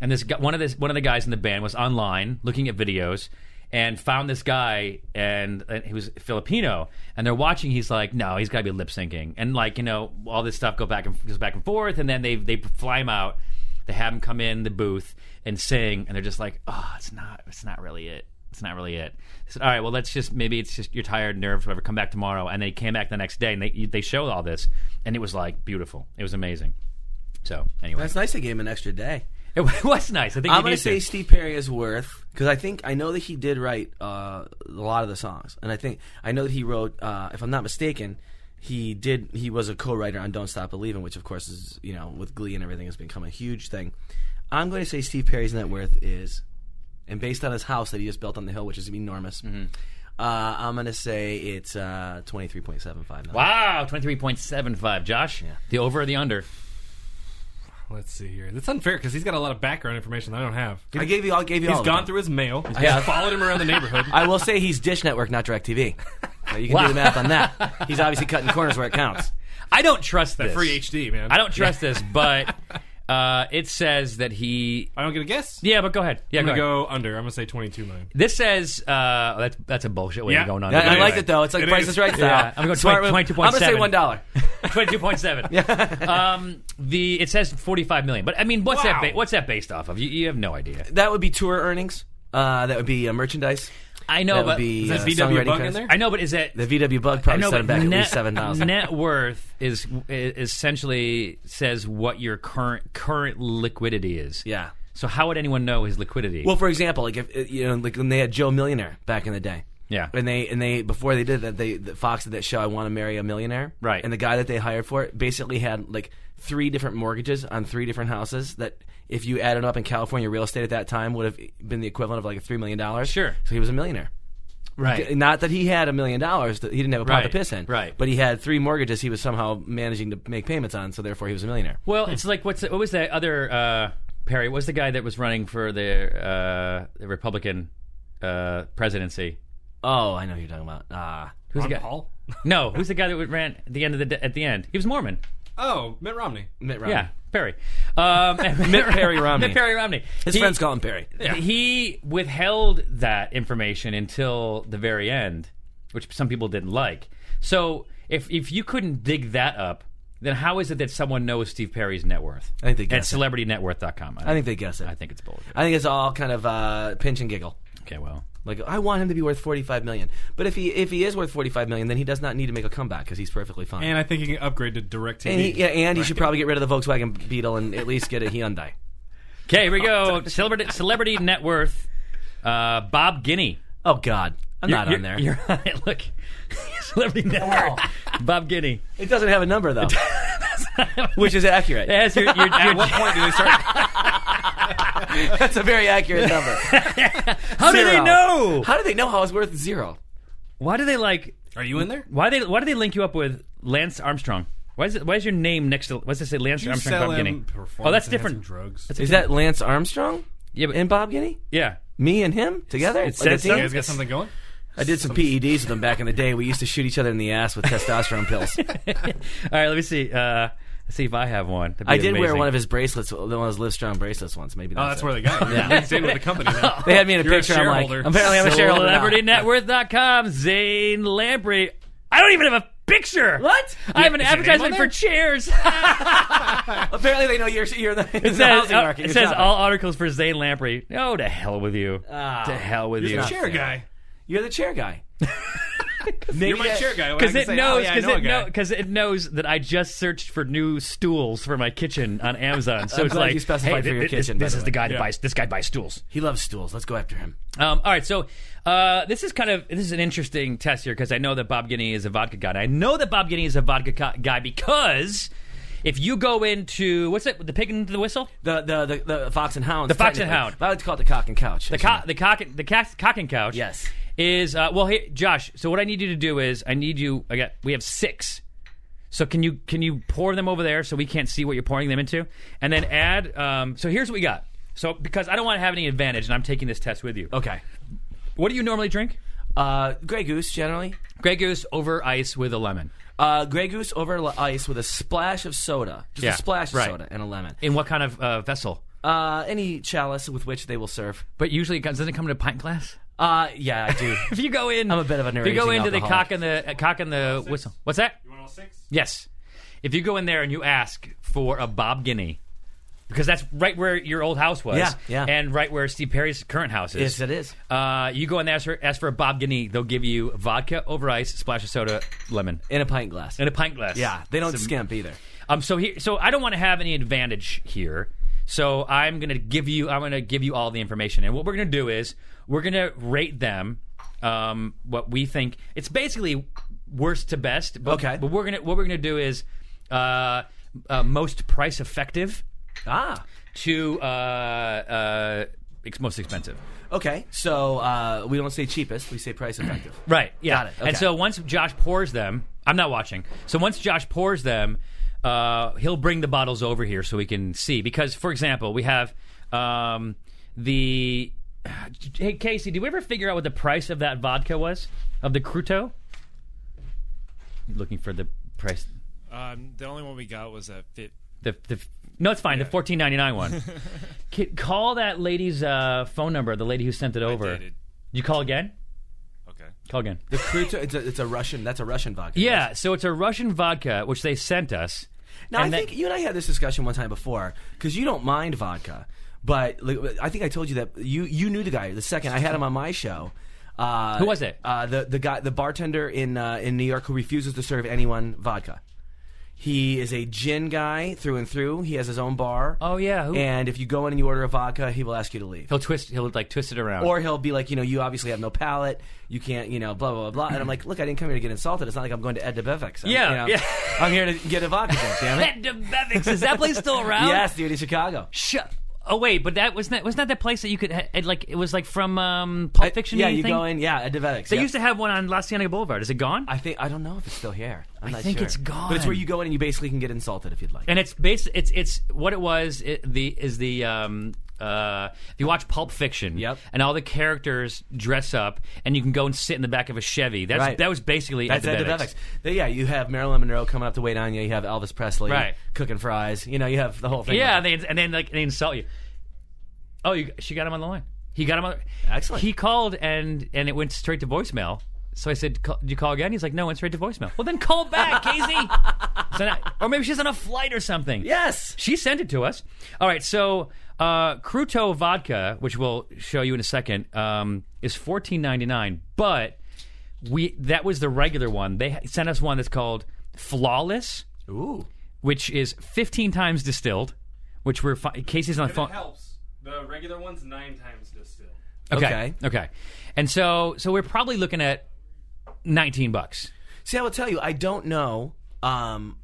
[SPEAKER 4] And this guy, one of this one of the guys in the band was online looking at videos and found this guy, and, and he was Filipino. And they're watching. He's like, "No, he's got to be lip syncing," and like you know, all this stuff go back and goes back and forth. And then they they fly him out. They have him come in the booth and sing, and they're just like, "Oh, it's not, it's not really it." it's not really it. I said, all right, well, let's just maybe it's just you're tired, nerves, whatever. Come back tomorrow, and they came back the next day, and they they showed all this, and it was like beautiful. It was amazing. So anyway,
[SPEAKER 6] that's nice. They gave him an extra day.
[SPEAKER 4] it was nice. I think
[SPEAKER 6] I'm
[SPEAKER 4] you
[SPEAKER 6] gonna
[SPEAKER 4] need
[SPEAKER 6] say
[SPEAKER 4] to.
[SPEAKER 6] Steve Perry is worth because I think I know that he did write uh, a lot of the songs, and I think I know that he wrote. Uh, if I'm not mistaken, he did. He was a co-writer on "Don't Stop Believing," which of course is you know with Glee and everything has become a huge thing. I'm going to say Steve Perry's net worth is, and based on his house that he just built on the hill, which is enormous.
[SPEAKER 4] Mm-hmm.
[SPEAKER 6] Uh, I'm going to say it's uh, 23.75 million.
[SPEAKER 4] Wow, twenty three point seven five. Josh, the over or the under?
[SPEAKER 5] Let's see here. That's unfair because he's got a lot of background information that I don't have.
[SPEAKER 6] I gave you. I gave you.
[SPEAKER 5] He's
[SPEAKER 6] all of
[SPEAKER 5] gone
[SPEAKER 6] it.
[SPEAKER 5] through his mail. He's
[SPEAKER 6] Yeah.
[SPEAKER 5] followed him around the neighborhood.
[SPEAKER 6] I will say he's Dish Network, not Directv. So you can do the math on that. He's obviously cutting corners where it counts.
[SPEAKER 4] I don't trust this.
[SPEAKER 5] Free HD, man.
[SPEAKER 4] I don't trust this, but uh, it says that he.
[SPEAKER 5] I don't get a guess.
[SPEAKER 4] Yeah, but go ahead. Yeah,
[SPEAKER 5] I'm
[SPEAKER 4] go
[SPEAKER 5] gonna
[SPEAKER 4] ahead.
[SPEAKER 5] go under. I'm gonna say 22 million.
[SPEAKER 4] This says uh, that's that's a bullshit way
[SPEAKER 5] Yeah.
[SPEAKER 4] of going on.
[SPEAKER 5] Yeah,
[SPEAKER 6] I, I
[SPEAKER 5] is.
[SPEAKER 6] liked it though. It's like
[SPEAKER 5] It
[SPEAKER 6] Price
[SPEAKER 5] is.
[SPEAKER 6] is Right style.
[SPEAKER 4] Yeah, I'm going
[SPEAKER 6] Smart
[SPEAKER 4] 20-
[SPEAKER 6] move.
[SPEAKER 4] 22.7.
[SPEAKER 6] I'm gonna say one dollar.
[SPEAKER 4] Twenty-two point seven. um, the it says forty-five million, but I mean, what's that?
[SPEAKER 5] Wow.
[SPEAKER 4] Ba- what's that based off of? You, you have no idea.
[SPEAKER 6] That would be tour earnings. Uh, that would be uh, merchandise.
[SPEAKER 4] I know,
[SPEAKER 6] that
[SPEAKER 4] but
[SPEAKER 6] would be
[SPEAKER 5] Is that
[SPEAKER 6] uh,
[SPEAKER 5] VW
[SPEAKER 6] songwriting
[SPEAKER 5] bug in
[SPEAKER 6] credits.
[SPEAKER 5] there?
[SPEAKER 4] I know, but is that?
[SPEAKER 6] The VW bug
[SPEAKER 4] I
[SPEAKER 6] probably
[SPEAKER 4] know,
[SPEAKER 6] set him
[SPEAKER 4] but
[SPEAKER 6] back at
[SPEAKER 4] net,
[SPEAKER 6] least seven thousand.
[SPEAKER 4] net worth is, is essentially says what your current current liquidity is.
[SPEAKER 6] Yeah.
[SPEAKER 4] So how would anyone know his liquidity?
[SPEAKER 6] Well, for example, like if uh, you know, like when they had Joe Millionaire back in the day.
[SPEAKER 4] Yeah.
[SPEAKER 6] And they and they before they did that, they the Fox did that show. I want to marry a millionaire.
[SPEAKER 4] Right.
[SPEAKER 6] And the guy that they hired for it basically had like three different mortgages on three different houses that. If you added up in California real estate at that time, would have been the equivalent of like three million dollars.
[SPEAKER 4] Sure.
[SPEAKER 6] So he was a millionaire.
[SPEAKER 4] right.
[SPEAKER 6] Not that he had a million dollars; that he didn't have a pot
[SPEAKER 4] Right,
[SPEAKER 6] to piss in.
[SPEAKER 4] right.
[SPEAKER 6] But he had three mortgages he was somehow managing to make payments on, so therefore he was a millionaire.
[SPEAKER 4] Well, it's like what's what was that other uh, Perry? What was the guy that was running for the, uh, the Republican uh, presidency?
[SPEAKER 6] Oh, I know who you're talking about. Ah,
[SPEAKER 4] Who's the
[SPEAKER 5] Ron
[SPEAKER 4] guy?
[SPEAKER 5] Paul?
[SPEAKER 4] No, who's the guy that ran at the end of the at the end? He was Mormon.
[SPEAKER 5] Oh, Mitt Romney.
[SPEAKER 6] Mitt Romney.
[SPEAKER 4] Yeah, Perry. Um,
[SPEAKER 6] Mitt Perry Romney.
[SPEAKER 4] Mitt Perry Romney.
[SPEAKER 6] His
[SPEAKER 4] He-
[SPEAKER 6] friends call him Perry.
[SPEAKER 4] He withheld that information until the very end, which some people didn't like. So if if you couldn't dig that up, then how is it that someone knows Steve Perry's net worth?
[SPEAKER 6] I think they
[SPEAKER 4] at
[SPEAKER 6] guessed it.
[SPEAKER 4] celebritynetworth.com.
[SPEAKER 6] I think they guess it.
[SPEAKER 4] I think it's bullshit.
[SPEAKER 6] I think it's all kind of uh, pinch and giggle.
[SPEAKER 4] Okay, well,
[SPEAKER 6] Like I want him to be worth forty five million, but if he if he is worth forty five million, then he does not need to make a comeback because he's perfectly fine.
[SPEAKER 5] And I think he can upgrade to direct TV.
[SPEAKER 6] And he, yeah, and he should probably get rid of the Volkswagen Beetle and at least get a Hyundai.
[SPEAKER 4] okay, here we go. Celebrity celebrity net worth. Uh, Bob Guinea.
[SPEAKER 6] Oh God, I'm not
[SPEAKER 4] You're-
[SPEAKER 6] on there.
[SPEAKER 4] You're on it. Look, celebrity net worth. Bob Guinea.
[SPEAKER 6] It doesn't have a number though, which is accurate.
[SPEAKER 4] It has your, your, your,
[SPEAKER 5] At what point do they start?
[SPEAKER 6] That's a very accurate number.
[SPEAKER 4] how do they
[SPEAKER 6] Zero.
[SPEAKER 4] know?
[SPEAKER 6] How do they know how it's worth zero?
[SPEAKER 4] Why do they like?
[SPEAKER 5] Are you in there?
[SPEAKER 4] Why they? Why do they link you up with Lance Armstrong? Why is it? Why is your name next to? What's it say? Lance
[SPEAKER 5] You
[SPEAKER 4] Armstrong.
[SPEAKER 5] sell
[SPEAKER 4] Bob
[SPEAKER 5] him
[SPEAKER 4] Guinea.
[SPEAKER 5] performance
[SPEAKER 4] Oh, that's
[SPEAKER 5] enhancing
[SPEAKER 4] different.
[SPEAKER 5] Drugs.
[SPEAKER 4] That's a
[SPEAKER 6] Is
[SPEAKER 4] different-
[SPEAKER 6] that Lance Armstrong
[SPEAKER 4] Yeah, but
[SPEAKER 6] and Bob Guinea?
[SPEAKER 4] yeah.
[SPEAKER 6] Me and him together?
[SPEAKER 4] It
[SPEAKER 6] Like a
[SPEAKER 4] says
[SPEAKER 6] team?
[SPEAKER 5] You guys got something going?
[SPEAKER 6] I did some PEDs with them back in the day. We used to shoot each other in the ass with testosterone pills.
[SPEAKER 4] All right, let me see. Uh, let's see if I have one. That'd be
[SPEAKER 6] I did wear
[SPEAKER 4] amazing.
[SPEAKER 6] one of his bracelets, one of his Livestrong bracelets once. Maybe
[SPEAKER 5] Oh,
[SPEAKER 6] that's,
[SPEAKER 5] that's
[SPEAKER 6] it.
[SPEAKER 5] where they got you.
[SPEAKER 6] Yeah.
[SPEAKER 5] You're staying with the company now.
[SPEAKER 6] They had me in a
[SPEAKER 5] You're a
[SPEAKER 6] picture. I'm like,
[SPEAKER 5] shareholder.
[SPEAKER 6] apparently I'm a shareholder. now.
[SPEAKER 4] CelebrityNetworth.com, Zane Lamprey. I don't even have a picture.
[SPEAKER 6] What?
[SPEAKER 4] I have an
[SPEAKER 5] your name
[SPEAKER 4] advertisement
[SPEAKER 5] on
[SPEAKER 4] for
[SPEAKER 5] there?
[SPEAKER 4] chairs.
[SPEAKER 6] Apparently they know you're you're in the,
[SPEAKER 4] It
[SPEAKER 6] the
[SPEAKER 4] says,
[SPEAKER 6] housing
[SPEAKER 4] uh,
[SPEAKER 6] market.
[SPEAKER 4] it
[SPEAKER 6] You're
[SPEAKER 4] says
[SPEAKER 6] shopping.
[SPEAKER 4] all articles for Zane Lamprey. Oh, to hell with you.
[SPEAKER 6] Ah.
[SPEAKER 4] to hell with
[SPEAKER 5] You're
[SPEAKER 4] you.
[SPEAKER 5] the chair guy.
[SPEAKER 6] You're the chair guy.
[SPEAKER 5] You're my chair guy. When I
[SPEAKER 4] Because
[SPEAKER 5] can
[SPEAKER 4] it
[SPEAKER 5] say,
[SPEAKER 4] knows,
[SPEAKER 5] oh, yeah, I
[SPEAKER 4] because
[SPEAKER 5] know a
[SPEAKER 4] it,
[SPEAKER 5] guy.
[SPEAKER 4] know, 'cause it knows that I just searched for new stools for my kitchen on Amazon. So
[SPEAKER 6] I'm
[SPEAKER 4] it's
[SPEAKER 6] glad
[SPEAKER 4] like,
[SPEAKER 6] you specified
[SPEAKER 4] hey,
[SPEAKER 6] for your
[SPEAKER 4] thi- thi-
[SPEAKER 6] kitchen, by
[SPEAKER 4] This,
[SPEAKER 6] the
[SPEAKER 4] is
[SPEAKER 6] way.
[SPEAKER 4] the guy that
[SPEAKER 5] Yeah.
[SPEAKER 4] buys. This guy buys stools.
[SPEAKER 6] He loves stools. Let's go after him.
[SPEAKER 4] Um, all right, so uh, this is kind of this is an interesting test here because I know that Bob Guinea is a vodka guy. And I know that Bob Guinea is a vodka co- guy because if you go into what's it, the pig and the whistle,
[SPEAKER 6] The the the, the fox and hound.
[SPEAKER 4] The fox and hound.
[SPEAKER 6] I like to call it the cock and couch.
[SPEAKER 4] the co- the cock and, the ca- cock and couch,
[SPEAKER 6] Yes.
[SPEAKER 4] is uh, well, hey, Josh. So what I need you to do is I need you. I got we have six. So can you can you pour them over there so we can't see what you're pouring them into, and then add. Um, so here's what we got. So because I don't want to have any advantage, and I'm taking this test with you.
[SPEAKER 6] Okay.
[SPEAKER 4] What do you normally drink?
[SPEAKER 6] Uh, Grey goose generally.
[SPEAKER 4] Grey Goose over ice with a lemon.
[SPEAKER 6] Uh, Grey goose over li- ice with a splash of soda. Just
[SPEAKER 4] Yeah,
[SPEAKER 6] a splash of
[SPEAKER 4] right.
[SPEAKER 6] soda and a lemon.
[SPEAKER 4] In what kind of uh, vessel?
[SPEAKER 6] Uh, any chalice with which they will serve.
[SPEAKER 4] But usually, it comes- doesn't it come in a pint glass?
[SPEAKER 6] Uh, yeah, I do.
[SPEAKER 4] If you go in,
[SPEAKER 6] I'm a bit of an
[SPEAKER 4] If you go
[SPEAKER 6] raging
[SPEAKER 4] into the
[SPEAKER 6] alcoholic.
[SPEAKER 4] cock and the uh, cock and the whistle. What's that?
[SPEAKER 5] You want all six?
[SPEAKER 4] Yes. If you go in there and you ask for a Bob Guinea, because that's right where your old house was,
[SPEAKER 6] Yeah, yeah.
[SPEAKER 4] and right where Steve Perry's current house is.
[SPEAKER 6] yes, it is.
[SPEAKER 4] Uh, you go in there, ask for, ask for a Bob Guinea. They'll give you vodka over ice, splash of soda, lemon,
[SPEAKER 6] In a pint glass.
[SPEAKER 4] and a pint glass.
[SPEAKER 6] yeah, they don't skimp either.
[SPEAKER 4] Um, so here, so I don't want to have any advantage here. So I'm gonna give you, I'm gonna give you all the information, and what we're gonna do is we're gonna rate them, um, what we think. It's basically worst to best. But,
[SPEAKER 6] Okay.
[SPEAKER 4] But we're gonna, what we're gonna do is, uh, uh most price effective
[SPEAKER 6] Ah.
[SPEAKER 4] to uh, uh, ex- most expensive.
[SPEAKER 6] Okay, so uh, we don't say cheapest, we say price effective.
[SPEAKER 4] Right. Yeah.
[SPEAKER 6] Got it, okay.
[SPEAKER 4] And so once Josh pours them, I'm not watching. So once Josh pours them, uh, he'll bring the bottles over here so we can see. Because, for example, we have um, the. Hey Casey, did we ever figure out what the price of that vodka was of the Cruto? Looking for the price.
[SPEAKER 7] Um, the only one we got was a fit.
[SPEAKER 4] The the. No, it's fine. The fourteen ninety nine one. Ca- call that lady's uh, phone number. The lady who sent it over.
[SPEAKER 7] did.
[SPEAKER 4] You call again.
[SPEAKER 7] Okay.
[SPEAKER 4] Call again.
[SPEAKER 6] The Kruto, it's a, it's a Russian, that's a Russian vodka.
[SPEAKER 4] Yeah, so it's a Russian vodka which they sent us.
[SPEAKER 6] Now
[SPEAKER 4] And
[SPEAKER 6] I
[SPEAKER 4] that-
[SPEAKER 6] think you and I had this discussion one time before because you don't mind vodka, but like, I think I told you that you you knew the guy the second I had him on my show. Uh,
[SPEAKER 4] Who was it?
[SPEAKER 6] Uh, the the guy the bartender in uh, in New York who refuses to serve anyone vodka. He is a gin guy through and through. He has his own bar.
[SPEAKER 4] Oh, yeah, who-
[SPEAKER 6] And if you go in and you order a vodka, he will ask you to leave.
[SPEAKER 4] He'll twist. He'll like twist it around.
[SPEAKER 6] Or he'll be like, you know, you obviously have no palate. You can't, you know, blah blah blah. blah. And I'm like, look, I didn't come here to get insulted. It's not like I'm going to Ed DeBevick's. I'm,
[SPEAKER 4] Yeah,
[SPEAKER 6] you know,
[SPEAKER 4] yeah.
[SPEAKER 6] I'm here to get a vodka drink. Damn it.
[SPEAKER 4] Bevix. Is that place still around?
[SPEAKER 6] Yes, dude, in Chicago.
[SPEAKER 4] Sh- oh wait, but that wasn't that wasn't that the place that you could ha- it, like it was like from um, Pulp Fiction.
[SPEAKER 6] Yeah,
[SPEAKER 4] or
[SPEAKER 6] you
[SPEAKER 4] anything?
[SPEAKER 6] go in. Yeah, at DeVetics.
[SPEAKER 4] They used to have one on La Cienega Boulevard. Is it gone?
[SPEAKER 6] I think I don't know if it's still here. I'm
[SPEAKER 4] I
[SPEAKER 6] not
[SPEAKER 4] think
[SPEAKER 6] sure.
[SPEAKER 4] it's gone.
[SPEAKER 6] But it's where you go in and you basically can get insulted if you'd like.
[SPEAKER 4] and it's based. It's it's what it was. It, the is the. Um, uh, if you watch Pulp Fiction,
[SPEAKER 6] Yep.
[SPEAKER 4] and all the characters dress up, and you can go and sit in the back of a Chevy. That's
[SPEAKER 6] Right.
[SPEAKER 4] that was basically
[SPEAKER 6] That's
[SPEAKER 4] at
[SPEAKER 6] at
[SPEAKER 4] the Bevix.
[SPEAKER 6] DeVetics. They- Yeah, you have Marilyn Monroe coming up to wait on you. You have Elvis Presley
[SPEAKER 4] Right.
[SPEAKER 6] cooking fries. You know, you have the whole thing.
[SPEAKER 4] Yeah,
[SPEAKER 6] like
[SPEAKER 4] and
[SPEAKER 6] that.
[SPEAKER 4] they, and then like they insult you. Oh, you, she got him on the line. He got him on.
[SPEAKER 6] Excellent.
[SPEAKER 4] He called and and it went straight to voicemail. So I said, "Call- "Did you call again?" He's like, "No, it went straight to voicemail." Well, then call back, Casey. So now- or maybe she's on a flight or something.
[SPEAKER 6] yes.
[SPEAKER 4] She sent it to us. All right, so uh, Cruto vodka, which we'll show you in a second, um, is fourteen ninety nine. But we that was the regular one. They sent us one that's called Flawless
[SPEAKER 6] Ooh.
[SPEAKER 4] which is 15 times distilled, which we're fi- Casey's on the
[SPEAKER 5] If it
[SPEAKER 4] phone.
[SPEAKER 5] helps, the regular one's nine times distilled.
[SPEAKER 4] Okay, okay, and so so we're probably looking at 19 bucks.
[SPEAKER 6] See, I will tell you, I don't know. Um,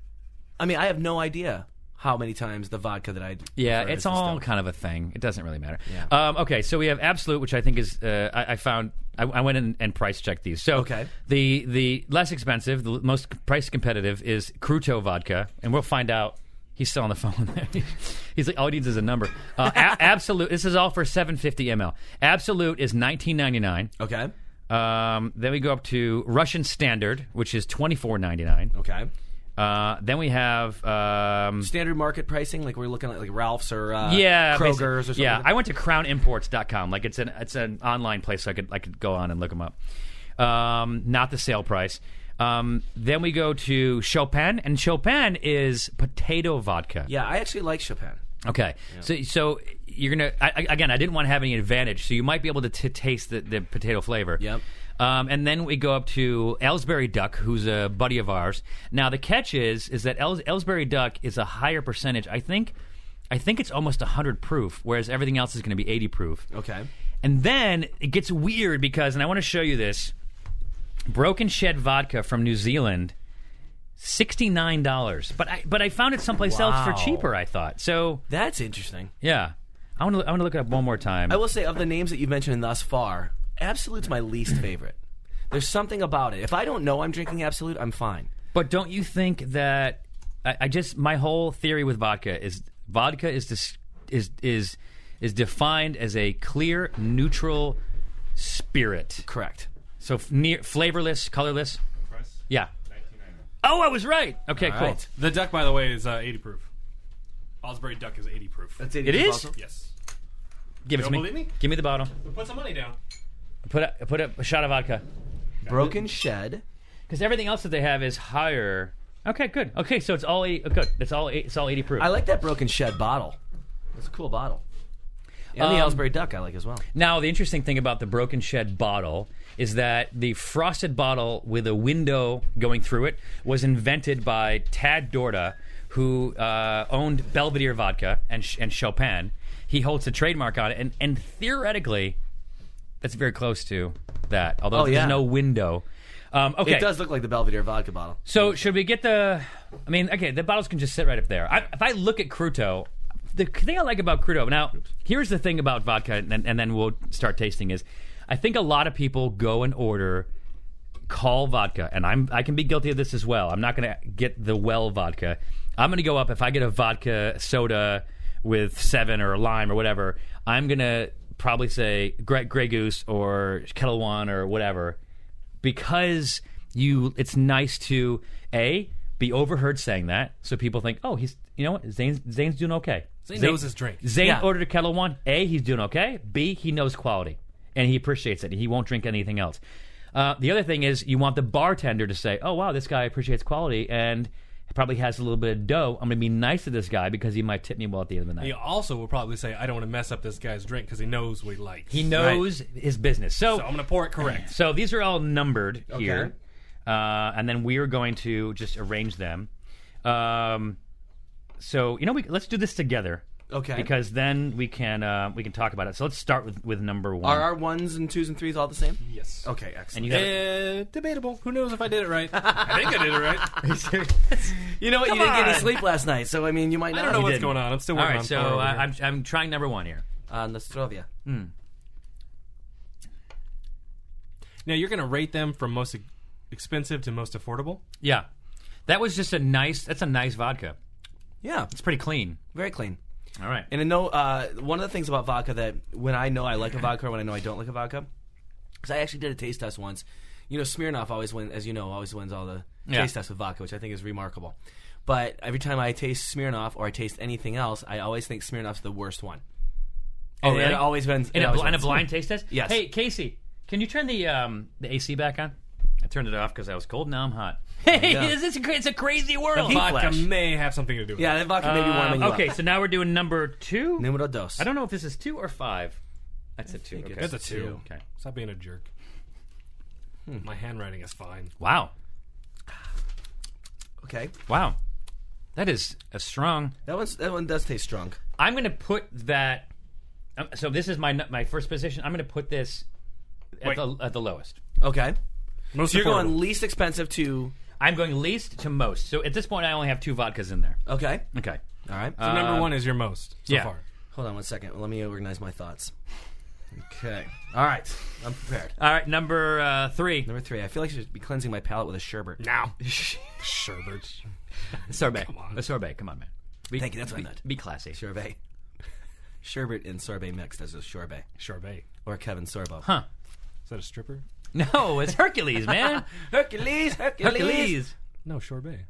[SPEAKER 6] I mean, I have no idea how many times the vodka that I
[SPEAKER 4] Yeah, it's all kind of a thing. It doesn't really matter.
[SPEAKER 6] Yeah.
[SPEAKER 4] Um, okay, so we have absolute, which I think is uh, I, I found. I, I went in and price checked these. So
[SPEAKER 6] Okay.
[SPEAKER 4] the the less expensive, the l- most price competitive is Cruto vodka, and we'll find out. He's still on the phone. He's like, all he needs is a number. Uh, a- absolute. This is all for seven fifty ml. Absolute is nineteen ninety nine.
[SPEAKER 6] okay.
[SPEAKER 4] Um, then we go up to Russian Standard, which is twenty four ninety nine.
[SPEAKER 6] Okay. Oh.
[SPEAKER 4] Uh, then we have um,
[SPEAKER 6] Standard market pricing, like we're looking at like Ralph's or uh,
[SPEAKER 4] yeah, basi-
[SPEAKER 6] Kroger's or something.
[SPEAKER 4] Yeah,
[SPEAKER 6] like
[SPEAKER 4] I went to crownimports.com. Like it's an it's an online place, so I could I could go on and look them up. Um, not the sale price. Um, then we go to Chopin, and Chopin is potato vodka.
[SPEAKER 6] Yeah, I actually like Chopin.
[SPEAKER 4] Okay. So so you're gonna I, I- again. I didn't want to have any advantage, so you might be able to t- taste the, the potato flavor.
[SPEAKER 6] Yep.
[SPEAKER 4] Um, and then we go up to Ellsbury Duck, who's a buddy of ours. Now the catch is is that Ells- Ellsbury Duck is a higher percentage. I think, I think it's almost hundred proof, whereas everything else is going to be eighty proof.
[SPEAKER 6] Okay.
[SPEAKER 4] And then it gets weird because, and I want to show you this broken shed vodka from New Zealand, sixty nine dollars. But I but I found it someplace else for
[SPEAKER 6] Wow.
[SPEAKER 4] cheaper. I thought so.
[SPEAKER 6] That's interesting.
[SPEAKER 4] Yeah, I want to I want to look it up one more time.
[SPEAKER 6] I will say, of the names that you've mentioned thus far, Absolute's my least favorite. There's something about it. If I don't know I'm drinking Absolute, I'm fine.
[SPEAKER 4] but don't you think that I, I just my whole theory with vodka is vodka is dis, is is is defined as a clear neutral spirit.
[SPEAKER 6] Correct.
[SPEAKER 4] So f- near, flavorless, colorless.
[SPEAKER 5] Price?
[SPEAKER 4] Yeah.
[SPEAKER 5] 1990.
[SPEAKER 4] Oh, I was right. Okay, cool.
[SPEAKER 6] right.
[SPEAKER 5] The duck, by the way, is uh, 80 proof. Osbury duck is 80 proof.
[SPEAKER 4] It is? also?
[SPEAKER 5] yes.
[SPEAKER 4] Give it to
[SPEAKER 5] Don't
[SPEAKER 4] me.
[SPEAKER 5] believe me?
[SPEAKER 4] Give me the bottle.
[SPEAKER 5] Put some money down.
[SPEAKER 4] Put a, put a, a shot of vodka
[SPEAKER 6] Broken Shed.
[SPEAKER 4] because everything else that they have is higher. Okay, good. Okay, so it's all eight, oh, good. It's all eight, it's all eighty proof.
[SPEAKER 6] I like that Broken Shed bottle. It's a cool bottle. And the
[SPEAKER 4] Um,
[SPEAKER 6] Ellsbury Duck I like as well.
[SPEAKER 4] Now, the interesting thing about the broken shed bottle is that the frosted bottle with a window going through it was invented by Tad Dorda, who uh, owned Belvedere Vodka and, Ch- and Chopin. He holds a trademark on it, and, and theoretically, that's very close to that. Although
[SPEAKER 6] Oh, yeah.
[SPEAKER 4] there's no window. Um, okay,
[SPEAKER 6] It does look like the Belvedere vodka bottle.
[SPEAKER 4] So should we get the? I mean, okay, the bottles can just sit right up there. I, if I look at Cruto, the thing I like about Cruto. Now, here's the thing about vodka, and, and then we'll start tasting. Is I think a lot of people go and order call vodka, and I'm I can be guilty of this as well. I'm not going to get the well vodka. I'm going to go up if I get a vodka soda with seven or a lime or whatever. I'm going to probably say Grey, Grey Goose or Kettle One or whatever because you. It's nice to a be overheard saying that, so people think, oh, he's you know what Zane's Zane's doing okay. Zane,
[SPEAKER 5] knows his drink.
[SPEAKER 4] Zane
[SPEAKER 6] Yeah.
[SPEAKER 4] ordered a Kettle One. A, he's doing okay. B, he knows quality and he appreciates it. He won't drink anything else. Uh, the other thing is, you want the bartender to say, "Oh wow, this guy appreciates quality and probably has a little bit of dough. I'm going to be nice to this guy because he might tip me well at the end of the night."
[SPEAKER 5] He also will probably say, I don't want to mess up this guy's drink because he knows what he likes.
[SPEAKER 4] He knows his business. So,
[SPEAKER 5] So I'm going to pour it correct.
[SPEAKER 4] So these are all numbered here, uh, and then we are going to just arrange them. Um, so you know, we, let's do this together
[SPEAKER 6] Okay.
[SPEAKER 4] because then we can uh, we can talk about it. So let's start with with number one.
[SPEAKER 6] Are our ones and twos and threes all the same?
[SPEAKER 5] yes.
[SPEAKER 6] Okay,
[SPEAKER 4] and
[SPEAKER 6] excellent.
[SPEAKER 4] you
[SPEAKER 5] Uh,
[SPEAKER 4] got
[SPEAKER 5] debatable. Who knows if I did it right? I think I did it right.
[SPEAKER 6] You know what? you didn't get any
[SPEAKER 4] on.
[SPEAKER 6] sleep last night, so I mean, you might
[SPEAKER 5] I
[SPEAKER 6] not.
[SPEAKER 5] don't know
[SPEAKER 6] You
[SPEAKER 5] what's
[SPEAKER 6] didn't.
[SPEAKER 5] going on. I'm still
[SPEAKER 4] all
[SPEAKER 5] working
[SPEAKER 4] right.
[SPEAKER 5] on
[SPEAKER 4] So
[SPEAKER 5] power over
[SPEAKER 4] I,
[SPEAKER 5] here.
[SPEAKER 4] I'm I'm trying number one here.
[SPEAKER 6] Uh, Nostrovia.
[SPEAKER 5] Now you're going to rate them from most e- expensive to most affordable.
[SPEAKER 4] Yeah, that was just a nice. That's a nice vodka.
[SPEAKER 6] Yeah,
[SPEAKER 4] It's pretty clean.
[SPEAKER 6] very clean.
[SPEAKER 4] All right.
[SPEAKER 6] And I know uh, one of the things about vodka that when I know I like a vodka or when I know I don't like a vodka, because I actually did a taste test once. You know, Smirnoff always wins, as you know, always wins all the
[SPEAKER 4] Yeah.
[SPEAKER 6] taste tests with vodka, which I think is remarkable. But every time I taste Smirnoff or I taste anything else, I always think Smirnoff's the worst one.
[SPEAKER 4] oh,
[SPEAKER 6] and it always wins.
[SPEAKER 4] in
[SPEAKER 6] it
[SPEAKER 4] a,
[SPEAKER 6] always
[SPEAKER 4] bl- in a
[SPEAKER 6] wins.
[SPEAKER 4] blind taste test.
[SPEAKER 6] Yes.
[SPEAKER 4] Hey, Casey, can you turn the um, the AC back on? I turned it off because I was cold. Now I'm hot. Hey,
[SPEAKER 6] go.
[SPEAKER 4] this is a, cra- it's a crazy world.
[SPEAKER 6] Heat
[SPEAKER 5] Vodka
[SPEAKER 6] flash.
[SPEAKER 5] may have something to do with
[SPEAKER 6] Yeah,
[SPEAKER 5] it.
[SPEAKER 6] that vodka may be warming
[SPEAKER 4] Um,
[SPEAKER 6] you
[SPEAKER 4] okay,
[SPEAKER 6] up.
[SPEAKER 4] so now we're doing number two.
[SPEAKER 6] Numero dos.
[SPEAKER 4] I don't know if this is two or five. That's a two. Okay.
[SPEAKER 6] it's
[SPEAKER 5] That's a two.
[SPEAKER 4] Okay.
[SPEAKER 5] Stop being a jerk. My handwriting is fine.
[SPEAKER 4] Wow.
[SPEAKER 6] Okay,
[SPEAKER 4] Wow. That is a strong.
[SPEAKER 6] that one's that one does taste strong.
[SPEAKER 4] I'm going to put that. Um, so this is my nu- my first position. I'm going to put this at
[SPEAKER 5] Wait.
[SPEAKER 4] the, at the lowest.
[SPEAKER 6] Okay,
[SPEAKER 5] Most
[SPEAKER 6] so you're
[SPEAKER 5] affordable.
[SPEAKER 6] going least expensive to
[SPEAKER 4] I'm going least to most. So at this point, I only have two vodkas in there.
[SPEAKER 6] okay.
[SPEAKER 4] Okay.
[SPEAKER 6] All right.
[SPEAKER 5] So number one is your most so
[SPEAKER 4] yeah.
[SPEAKER 5] far.
[SPEAKER 6] Hold on one second. Let me organize my thoughts. Okay. All right. I'm prepared.
[SPEAKER 4] All right, number uh, three.
[SPEAKER 6] Number three. I feel like I should be cleansing my palate with a sherbet.
[SPEAKER 5] Now, Sherbert.
[SPEAKER 4] sorbet. A sorbet. Come on, man. Be,
[SPEAKER 6] Thank you, that's what I
[SPEAKER 4] be,
[SPEAKER 6] meant.
[SPEAKER 4] Be classy.
[SPEAKER 6] Sorbet. Sherbet and sorbet mixed as a sorbet.
[SPEAKER 5] Sorbet.
[SPEAKER 6] Or Kevin Sorbo.
[SPEAKER 4] Huh.
[SPEAKER 5] Is that a stripper?
[SPEAKER 4] No, it's Hercules, man.
[SPEAKER 6] Hercules, Hercules.
[SPEAKER 4] Hercules.
[SPEAKER 5] No, Shore Bay.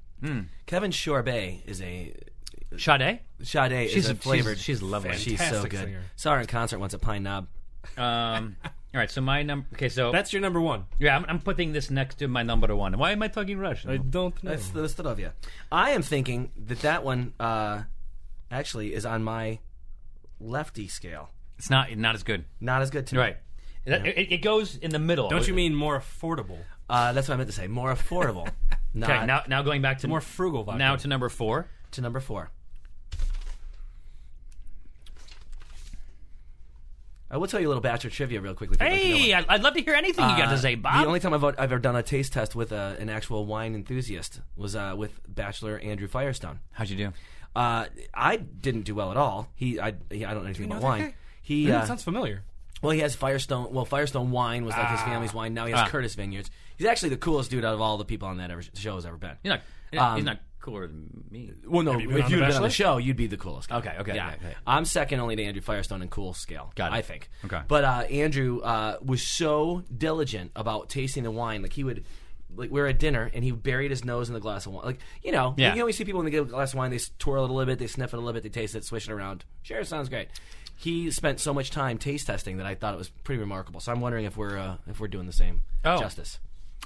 [SPEAKER 6] Kevin Sorbet is a
[SPEAKER 4] Sade.
[SPEAKER 6] Sade
[SPEAKER 4] She's
[SPEAKER 6] is a,
[SPEAKER 4] a- she's-
[SPEAKER 6] flavored.
[SPEAKER 4] she's lovely.
[SPEAKER 6] She's so
[SPEAKER 5] Fantastic
[SPEAKER 6] good.
[SPEAKER 5] singer.
[SPEAKER 6] Saw her in concert once at Pine Knob.
[SPEAKER 4] Um, all right, so my number. Okay, so
[SPEAKER 5] That's your number one.
[SPEAKER 4] yeah, I'm, I'm putting this next to my number one. Why am I talking Russian?
[SPEAKER 5] I don't know.
[SPEAKER 6] That's
[SPEAKER 4] Hmm.
[SPEAKER 6] the that's the love, yeah. I am thinking that that one uh, actually is on my lefty scale.
[SPEAKER 4] it's not not as good.
[SPEAKER 6] Not as good to me.
[SPEAKER 4] Right. That- It, it goes in the middle.
[SPEAKER 5] Don't you mean more affordable?
[SPEAKER 6] Uh, that's what I meant to say. More affordable. Not
[SPEAKER 4] Okay, now now going back to
[SPEAKER 5] More frugal vodka.
[SPEAKER 4] now to number four.
[SPEAKER 6] to number four. I will tell you a little batch of trivia real quickly. if you'd like to know
[SPEAKER 4] Hey,
[SPEAKER 6] one.
[SPEAKER 4] I'd, I'd love to hear anything you got
[SPEAKER 6] Uh,
[SPEAKER 4] to say, Bob.
[SPEAKER 6] The only time I've, I've ever done a taste test with uh, an actual wine enthusiast was uh, with Bachelor Andrew Firestone.
[SPEAKER 4] How'd you do?
[SPEAKER 6] Uh, I didn't do well at all. He, I, he, I don't know anything about wine. He,
[SPEAKER 5] Ooh,
[SPEAKER 6] uh,
[SPEAKER 5] that sounds familiar.
[SPEAKER 6] well, he has Firestone. Well, Firestone wine was like his family's wine. Now he has
[SPEAKER 4] Ah.
[SPEAKER 6] Curtis Vineyards. He's actually the coolest dude out of all the people on that ever, show has ever been.
[SPEAKER 4] You're not. you're not- he's not cooler than me.
[SPEAKER 6] Well, no,
[SPEAKER 5] you been
[SPEAKER 6] if
[SPEAKER 5] on
[SPEAKER 6] you'd
[SPEAKER 5] The
[SPEAKER 6] been on the
[SPEAKER 5] Bachelor?
[SPEAKER 6] show, you'd be the coolest. Guy.
[SPEAKER 4] Okay, okay,
[SPEAKER 6] yeah.
[SPEAKER 4] okay, okay.
[SPEAKER 6] I'm second only to Andrew Firestone in cool scale.
[SPEAKER 4] Got it.
[SPEAKER 6] I think.
[SPEAKER 4] Okay.
[SPEAKER 6] but uh, Andrew uh, was so diligent about tasting the wine. Like he would, like we were at dinner and he buried his nose in the glass of wine. Like you know,
[SPEAKER 4] Yeah.
[SPEAKER 6] you can always see people when they get a glass of wine, they s- twirl it a little bit, they sniff it a little bit, they taste it, swish it around. Sure, sounds great. He spent so much time taste testing that I thought it was pretty remarkable. So I'm wondering if we're uh, if we're doing the same
[SPEAKER 4] Oh.
[SPEAKER 6] justice.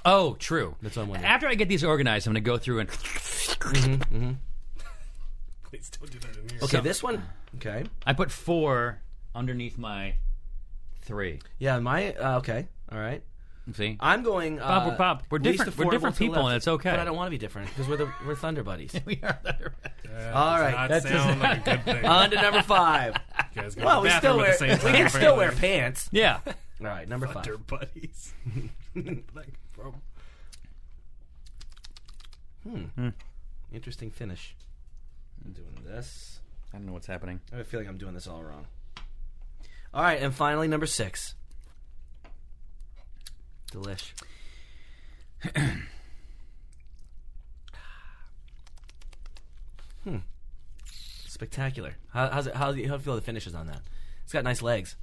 [SPEAKER 4] Oh, true.
[SPEAKER 6] That's what I'm wondering.
[SPEAKER 4] After I get these organized, I'm going to go through and.
[SPEAKER 5] Please don't do that in here.
[SPEAKER 6] Okay, this one. Okay.
[SPEAKER 4] I put four underneath my three.
[SPEAKER 6] Yeah, my uh, okay. All right.
[SPEAKER 4] See?
[SPEAKER 6] I'm going. Uh,
[SPEAKER 4] we're- Bob, we're
[SPEAKER 6] least
[SPEAKER 4] different- we're
[SPEAKER 6] affordable
[SPEAKER 4] different
[SPEAKER 6] to
[SPEAKER 4] people
[SPEAKER 6] left.
[SPEAKER 4] and it's okay.
[SPEAKER 6] But I don't want to be different because we're the we're Thunder buddies.
[SPEAKER 4] we are
[SPEAKER 6] All right,
[SPEAKER 5] Not
[SPEAKER 6] that's
[SPEAKER 5] sound like a good thing.
[SPEAKER 6] on to number five.
[SPEAKER 5] You guys go to
[SPEAKER 6] well,
[SPEAKER 5] the
[SPEAKER 6] we
[SPEAKER 5] bathroom
[SPEAKER 6] still wear
[SPEAKER 5] at the same
[SPEAKER 6] we
[SPEAKER 5] time,
[SPEAKER 6] can still wear
[SPEAKER 5] apparently.
[SPEAKER 6] pants.
[SPEAKER 4] Yeah.
[SPEAKER 6] All right, number five.
[SPEAKER 5] They're buddies. like, bro.
[SPEAKER 6] Hmm.
[SPEAKER 4] Hmm.
[SPEAKER 6] Interesting finish. I'm doing this.
[SPEAKER 4] I don't know what's happening.
[SPEAKER 6] I have a feeling I'm doing this all wrong. All right, and finally number six. Delish. hmm. Spectacular. How, how's it? How do you, how do you feel the finishes on that? It's got nice legs.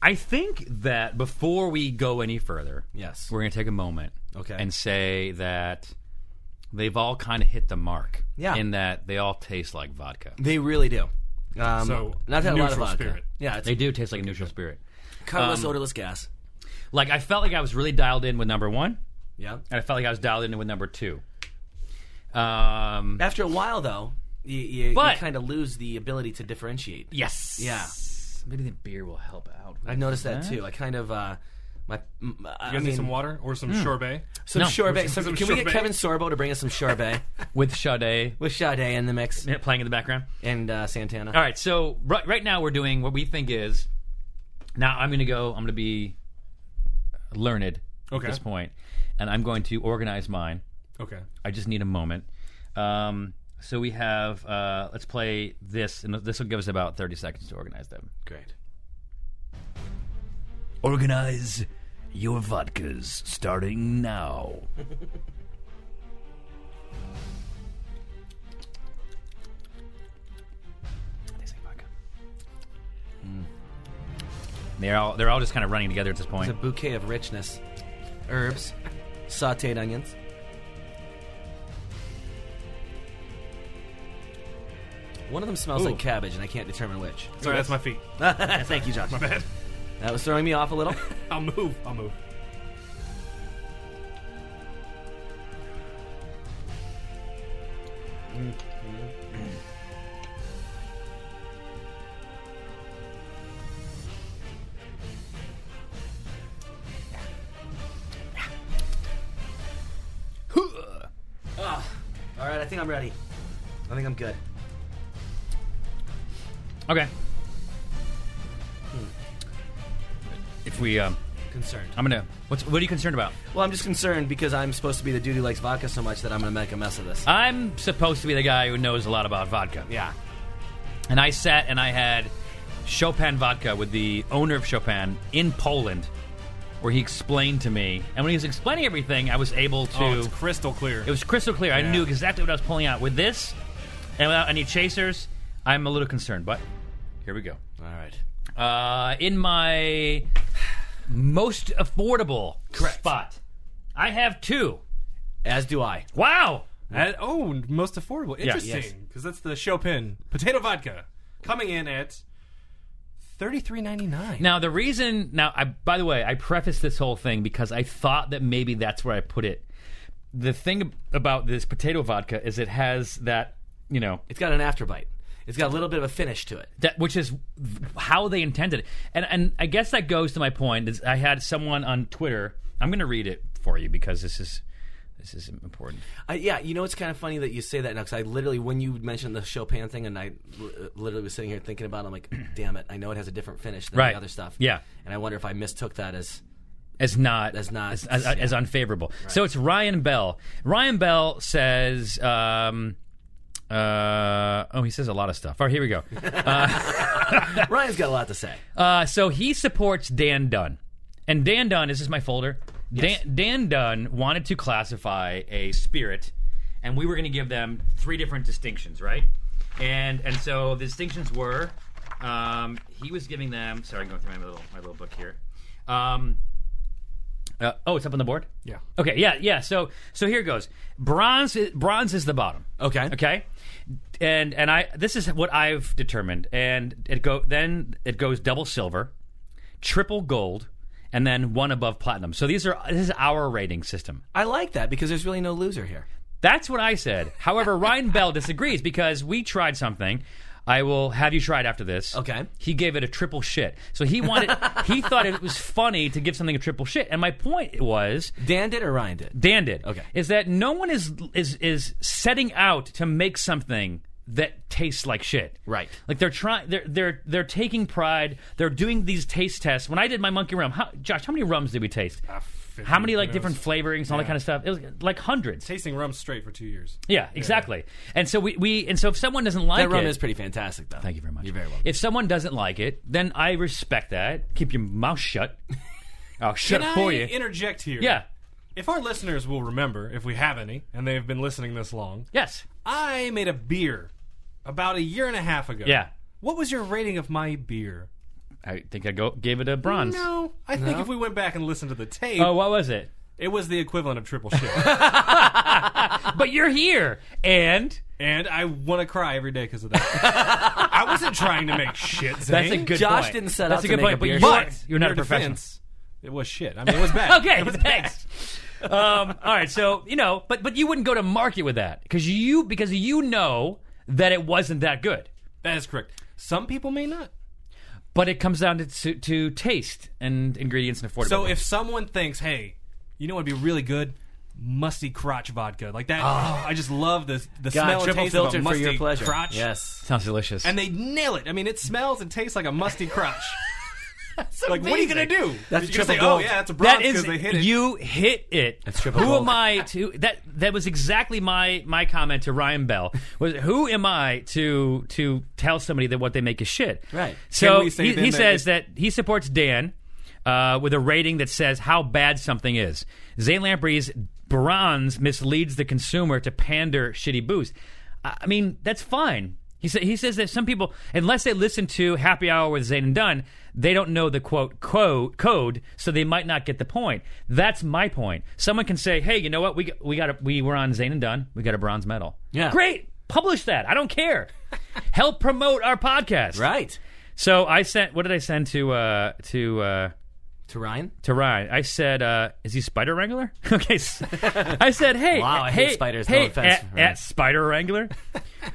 [SPEAKER 4] I think that before we go any further,
[SPEAKER 6] Yes.
[SPEAKER 4] we're going to take a moment
[SPEAKER 6] Okay.
[SPEAKER 4] and say that they've all kind of hit the mark.
[SPEAKER 6] Yeah.
[SPEAKER 4] In that they all taste like vodka.
[SPEAKER 6] They really do. Um,
[SPEAKER 5] So,
[SPEAKER 6] not that a lot of
[SPEAKER 5] neutral
[SPEAKER 6] vodka.
[SPEAKER 5] spirit.
[SPEAKER 6] Yeah, it's
[SPEAKER 4] They do taste like a neutral spirit.
[SPEAKER 6] colorless, odorless gas.
[SPEAKER 4] Like, I felt like I was really dialed in with number one,
[SPEAKER 6] Yeah.
[SPEAKER 4] and I felt like I was dialed in with number two. Um,
[SPEAKER 6] After a while, though, you, you,
[SPEAKER 4] But-
[SPEAKER 6] kind of lose the ability to differentiate.
[SPEAKER 4] yes.
[SPEAKER 6] Yeah.
[SPEAKER 4] Maybe the beer will help out.
[SPEAKER 6] I've noticed that too. I kind of uh, my. m- I
[SPEAKER 5] You guys
[SPEAKER 6] mean,
[SPEAKER 5] need some water or some sorbet?
[SPEAKER 6] Some
[SPEAKER 4] No.
[SPEAKER 6] sorbet.
[SPEAKER 5] Some-
[SPEAKER 6] Some,
[SPEAKER 5] some
[SPEAKER 6] can we get
[SPEAKER 5] sorbet.
[SPEAKER 6] Kevin Sorbo to bring us some sorbet
[SPEAKER 4] With Sade
[SPEAKER 6] with Sade in the mix
[SPEAKER 4] playing in the background.
[SPEAKER 6] and uh, Santana?
[SPEAKER 4] All right, so right, right now we're doing what we think is. Now I'm going to go. I'm going to be learned
[SPEAKER 5] Okay.
[SPEAKER 4] at this point, and I'm going to organize mine.
[SPEAKER 5] Okay.
[SPEAKER 4] I just need a moment. Um, so we have. Uh, let's play this, and this will give us about 30 seconds to organize them.
[SPEAKER 6] Great.
[SPEAKER 1] Organize your vodkas starting now.
[SPEAKER 4] They're all they're all just kind of running together at this
[SPEAKER 6] It's
[SPEAKER 4] point.
[SPEAKER 6] a bouquet of richness, herbs, sautéed onions. One of them smells like cabbage, and I can't determine which.
[SPEAKER 5] Sorry, that's my feet.
[SPEAKER 6] Thank you, Josh. My
[SPEAKER 5] bad.
[SPEAKER 6] That was throwing me off a little.
[SPEAKER 5] I'll move. I'll move.
[SPEAKER 6] All right, I think I'm ready. I think I'm good.
[SPEAKER 4] Okay. Hmm. If we, um,
[SPEAKER 6] Concerned.
[SPEAKER 4] I'm gonna. What's what are you concerned about?
[SPEAKER 6] Well, I'm just concerned because I'm supposed to be the dude who likes vodka so much that I'm going to make a mess of this.
[SPEAKER 4] I'm supposed to be the guy who knows a lot about vodka.
[SPEAKER 6] yeah.
[SPEAKER 4] And I sat and I had Chopin vodka with the owner of Chopin in Poland, where he explained to me. And when he was explaining everything, I was able to.
[SPEAKER 5] Oh, it's crystal clear.
[SPEAKER 4] it was crystal clear. I
[SPEAKER 5] Yeah.
[SPEAKER 4] knew exactly what I was pulling out. With this, and without any chasers, I'm a little concerned. But here we go.
[SPEAKER 6] All right.
[SPEAKER 4] Uh, in uh, my most affordable spot. I have two.
[SPEAKER 6] As do I.
[SPEAKER 4] Wow.
[SPEAKER 5] At, oh, and most affordable. Interesting,
[SPEAKER 6] Yes.
[SPEAKER 5] because that's the Chopin potato vodka coming in at thirty three ninety nine.
[SPEAKER 4] Now the reason now I by the way, I preface this whole thing because I thought that maybe that's where I put it. The thing about this potato vodka is it has that, you know,
[SPEAKER 6] It's got an afterbite. It's got a little bit of a finish to it.
[SPEAKER 4] that which is how they intended it. And and I guess that goes to my point is I had someone on Twitter. I'm going to read it for you because this is this is important.
[SPEAKER 6] I, yeah, you know it's kind of funny that you say that now because I literally, when you mentioned the Chopin thing, and I li- literally was sitting here thinking about, it, I'm like, damn it, I know it has a different finish than
[SPEAKER 4] Right.
[SPEAKER 6] the other stuff.
[SPEAKER 4] Yeah.
[SPEAKER 6] and I wonder if I mistook that as
[SPEAKER 4] as not
[SPEAKER 6] As not-
[SPEAKER 4] as, as,
[SPEAKER 6] yeah.
[SPEAKER 4] as unfavorable. So it's Ryan Bell. Ryan Bell says, um, uh, oh, he says a lot of stuff. All right, here we go.
[SPEAKER 6] Ryan's got a lot to say.
[SPEAKER 4] Uh, so he supports Dan Dunn, and Dan Dunn is this my folder. Dan, Dan Dunn wanted to classify a spirit, and we were going to give them three different distinctions, right? And and so the distinctions were, um, he was giving them. Sorry, I'm going through my little my little book here. Um, uh, oh, it's up on the board.
[SPEAKER 5] yeah,
[SPEAKER 4] Okay, yeah, yeah. So so here goes. Bronze i- bronze is the bottom.
[SPEAKER 6] Okay.
[SPEAKER 4] Okay. And and I this is what I've determined and it go then it goes double silver, triple gold, and then one above platinum. So these are this is our rating system.
[SPEAKER 6] I like that because there's really no loser here.
[SPEAKER 4] That's what I said. However, Ryan Bell disagrees because we tried something. I will have you try it after this.
[SPEAKER 6] Okay.
[SPEAKER 4] He gave it a triple shit. So he wanted he thought it was funny to give something a triple shit. And my point was
[SPEAKER 6] Dan did or Ryan did?
[SPEAKER 4] Dan did.
[SPEAKER 6] Okay.
[SPEAKER 4] Is that no one is is is setting out to make something that tastes like shit.
[SPEAKER 6] Right.
[SPEAKER 4] Like they're trying they're they're they're taking pride. They're doing these taste tests. When I did my monkey rum, how, Josh, how many rums did we taste?
[SPEAKER 6] Ah,
[SPEAKER 4] how many like different flavorings and all that kind of stuff? It was like hundreds.
[SPEAKER 5] tasting rum straight for two years.
[SPEAKER 4] Yeah, exactly. And so we, we and so if someone doesn't like
[SPEAKER 6] That rum
[SPEAKER 4] it-
[SPEAKER 6] is pretty fantastic, though.
[SPEAKER 4] Thank you very much.
[SPEAKER 6] You're very welcome.
[SPEAKER 4] If someone doesn't like it, then I respect that. Keep your mouth shut. I'll shut
[SPEAKER 5] Can
[SPEAKER 4] it
[SPEAKER 5] I
[SPEAKER 4] for you.
[SPEAKER 5] interject here?
[SPEAKER 4] yeah.
[SPEAKER 5] If our listeners will remember, if we have any, and they've been listening this long,
[SPEAKER 4] Yes.
[SPEAKER 5] I made a beer about a year and a half ago.
[SPEAKER 4] Yeah.
[SPEAKER 5] What was your rating of my beer?
[SPEAKER 4] I think I go gave it a bronze.
[SPEAKER 5] No, I think if we went back and listened to the tape,
[SPEAKER 4] Oh, what was it?
[SPEAKER 5] it was the equivalent of triple shit.
[SPEAKER 4] But you're here, and
[SPEAKER 5] and I want to cry every day because of that. I wasn't trying to make shit.
[SPEAKER 4] that's
[SPEAKER 5] Zane.
[SPEAKER 4] a good.
[SPEAKER 6] Josh
[SPEAKER 4] point.
[SPEAKER 6] didn't set
[SPEAKER 4] that's
[SPEAKER 6] out
[SPEAKER 4] a
[SPEAKER 6] to
[SPEAKER 4] good
[SPEAKER 6] make a
[SPEAKER 4] point.
[SPEAKER 6] beer.
[SPEAKER 4] but you're,
[SPEAKER 5] But
[SPEAKER 4] you're not
[SPEAKER 5] your
[SPEAKER 4] a professional.
[SPEAKER 5] defense, It was shit. I mean, it was bad.
[SPEAKER 4] Okay,
[SPEAKER 5] it was
[SPEAKER 4] thanks. um, all right, so you know, but but you wouldn't go to market with that because you because you know that it wasn't that good.
[SPEAKER 5] That is correct. Some people may not.
[SPEAKER 4] But it comes down to to, to taste and ingredients and affordability.
[SPEAKER 5] So if someone thinks, hey, you know what would be really good? Musty crotch vodka. Like that.
[SPEAKER 4] Ah.
[SPEAKER 5] I just love the, the smell and
[SPEAKER 6] triple
[SPEAKER 5] taste of a
[SPEAKER 6] filtered for
[SPEAKER 5] musty
[SPEAKER 6] your pleasure.
[SPEAKER 5] crotch.
[SPEAKER 6] Yes.
[SPEAKER 4] sounds delicious,
[SPEAKER 5] And they nail it. I mean, it smells and tastes like a musty crotch. like, what are you going to do?
[SPEAKER 6] That's
[SPEAKER 5] You're gonna
[SPEAKER 6] triple
[SPEAKER 5] say,
[SPEAKER 6] gold.
[SPEAKER 5] oh, yeah, that's a bronze
[SPEAKER 4] that
[SPEAKER 5] because
[SPEAKER 4] is
[SPEAKER 5] they hit it.
[SPEAKER 4] you hit it.
[SPEAKER 6] That's triple
[SPEAKER 4] Who
[SPEAKER 6] gold.
[SPEAKER 4] am I to that? That was exactly my my comment to Ryan Bell. Was who am I to to tell somebody that what they make is shit?
[SPEAKER 6] Right.
[SPEAKER 4] So
[SPEAKER 5] Can we say
[SPEAKER 4] he,
[SPEAKER 5] then
[SPEAKER 4] he
[SPEAKER 5] that
[SPEAKER 4] says that he supports Dan uh, with a rating that says how bad something is. Zane Lamprey's bronze misleads the consumer to pander shitty booze. I I mean, that's fine. He, sa- he says that some people, unless they listen to Happy Hour with Zane and Dunn, they don't know the quote code, code, so they might not get the point. That's my point. Someone can say, "Hey, you know what? We got, we got a, we were on Zane and Dunn. We got a bronze medal.
[SPEAKER 6] Yeah.
[SPEAKER 4] great. Publish that. I don't care. Help promote our podcast.
[SPEAKER 6] Right.
[SPEAKER 4] So I sent. What did I send to uh, to uh,
[SPEAKER 6] To Ryan?
[SPEAKER 4] to Ryan? I said, uh, "Is he Spider Wrangler?" okay. s- I said, "Hey,
[SPEAKER 6] Wow, I
[SPEAKER 4] hey,
[SPEAKER 6] hate spiders, no
[SPEAKER 4] Hey,
[SPEAKER 6] offense,
[SPEAKER 4] at-
[SPEAKER 6] Ryan.
[SPEAKER 4] at, Spider Wrangler,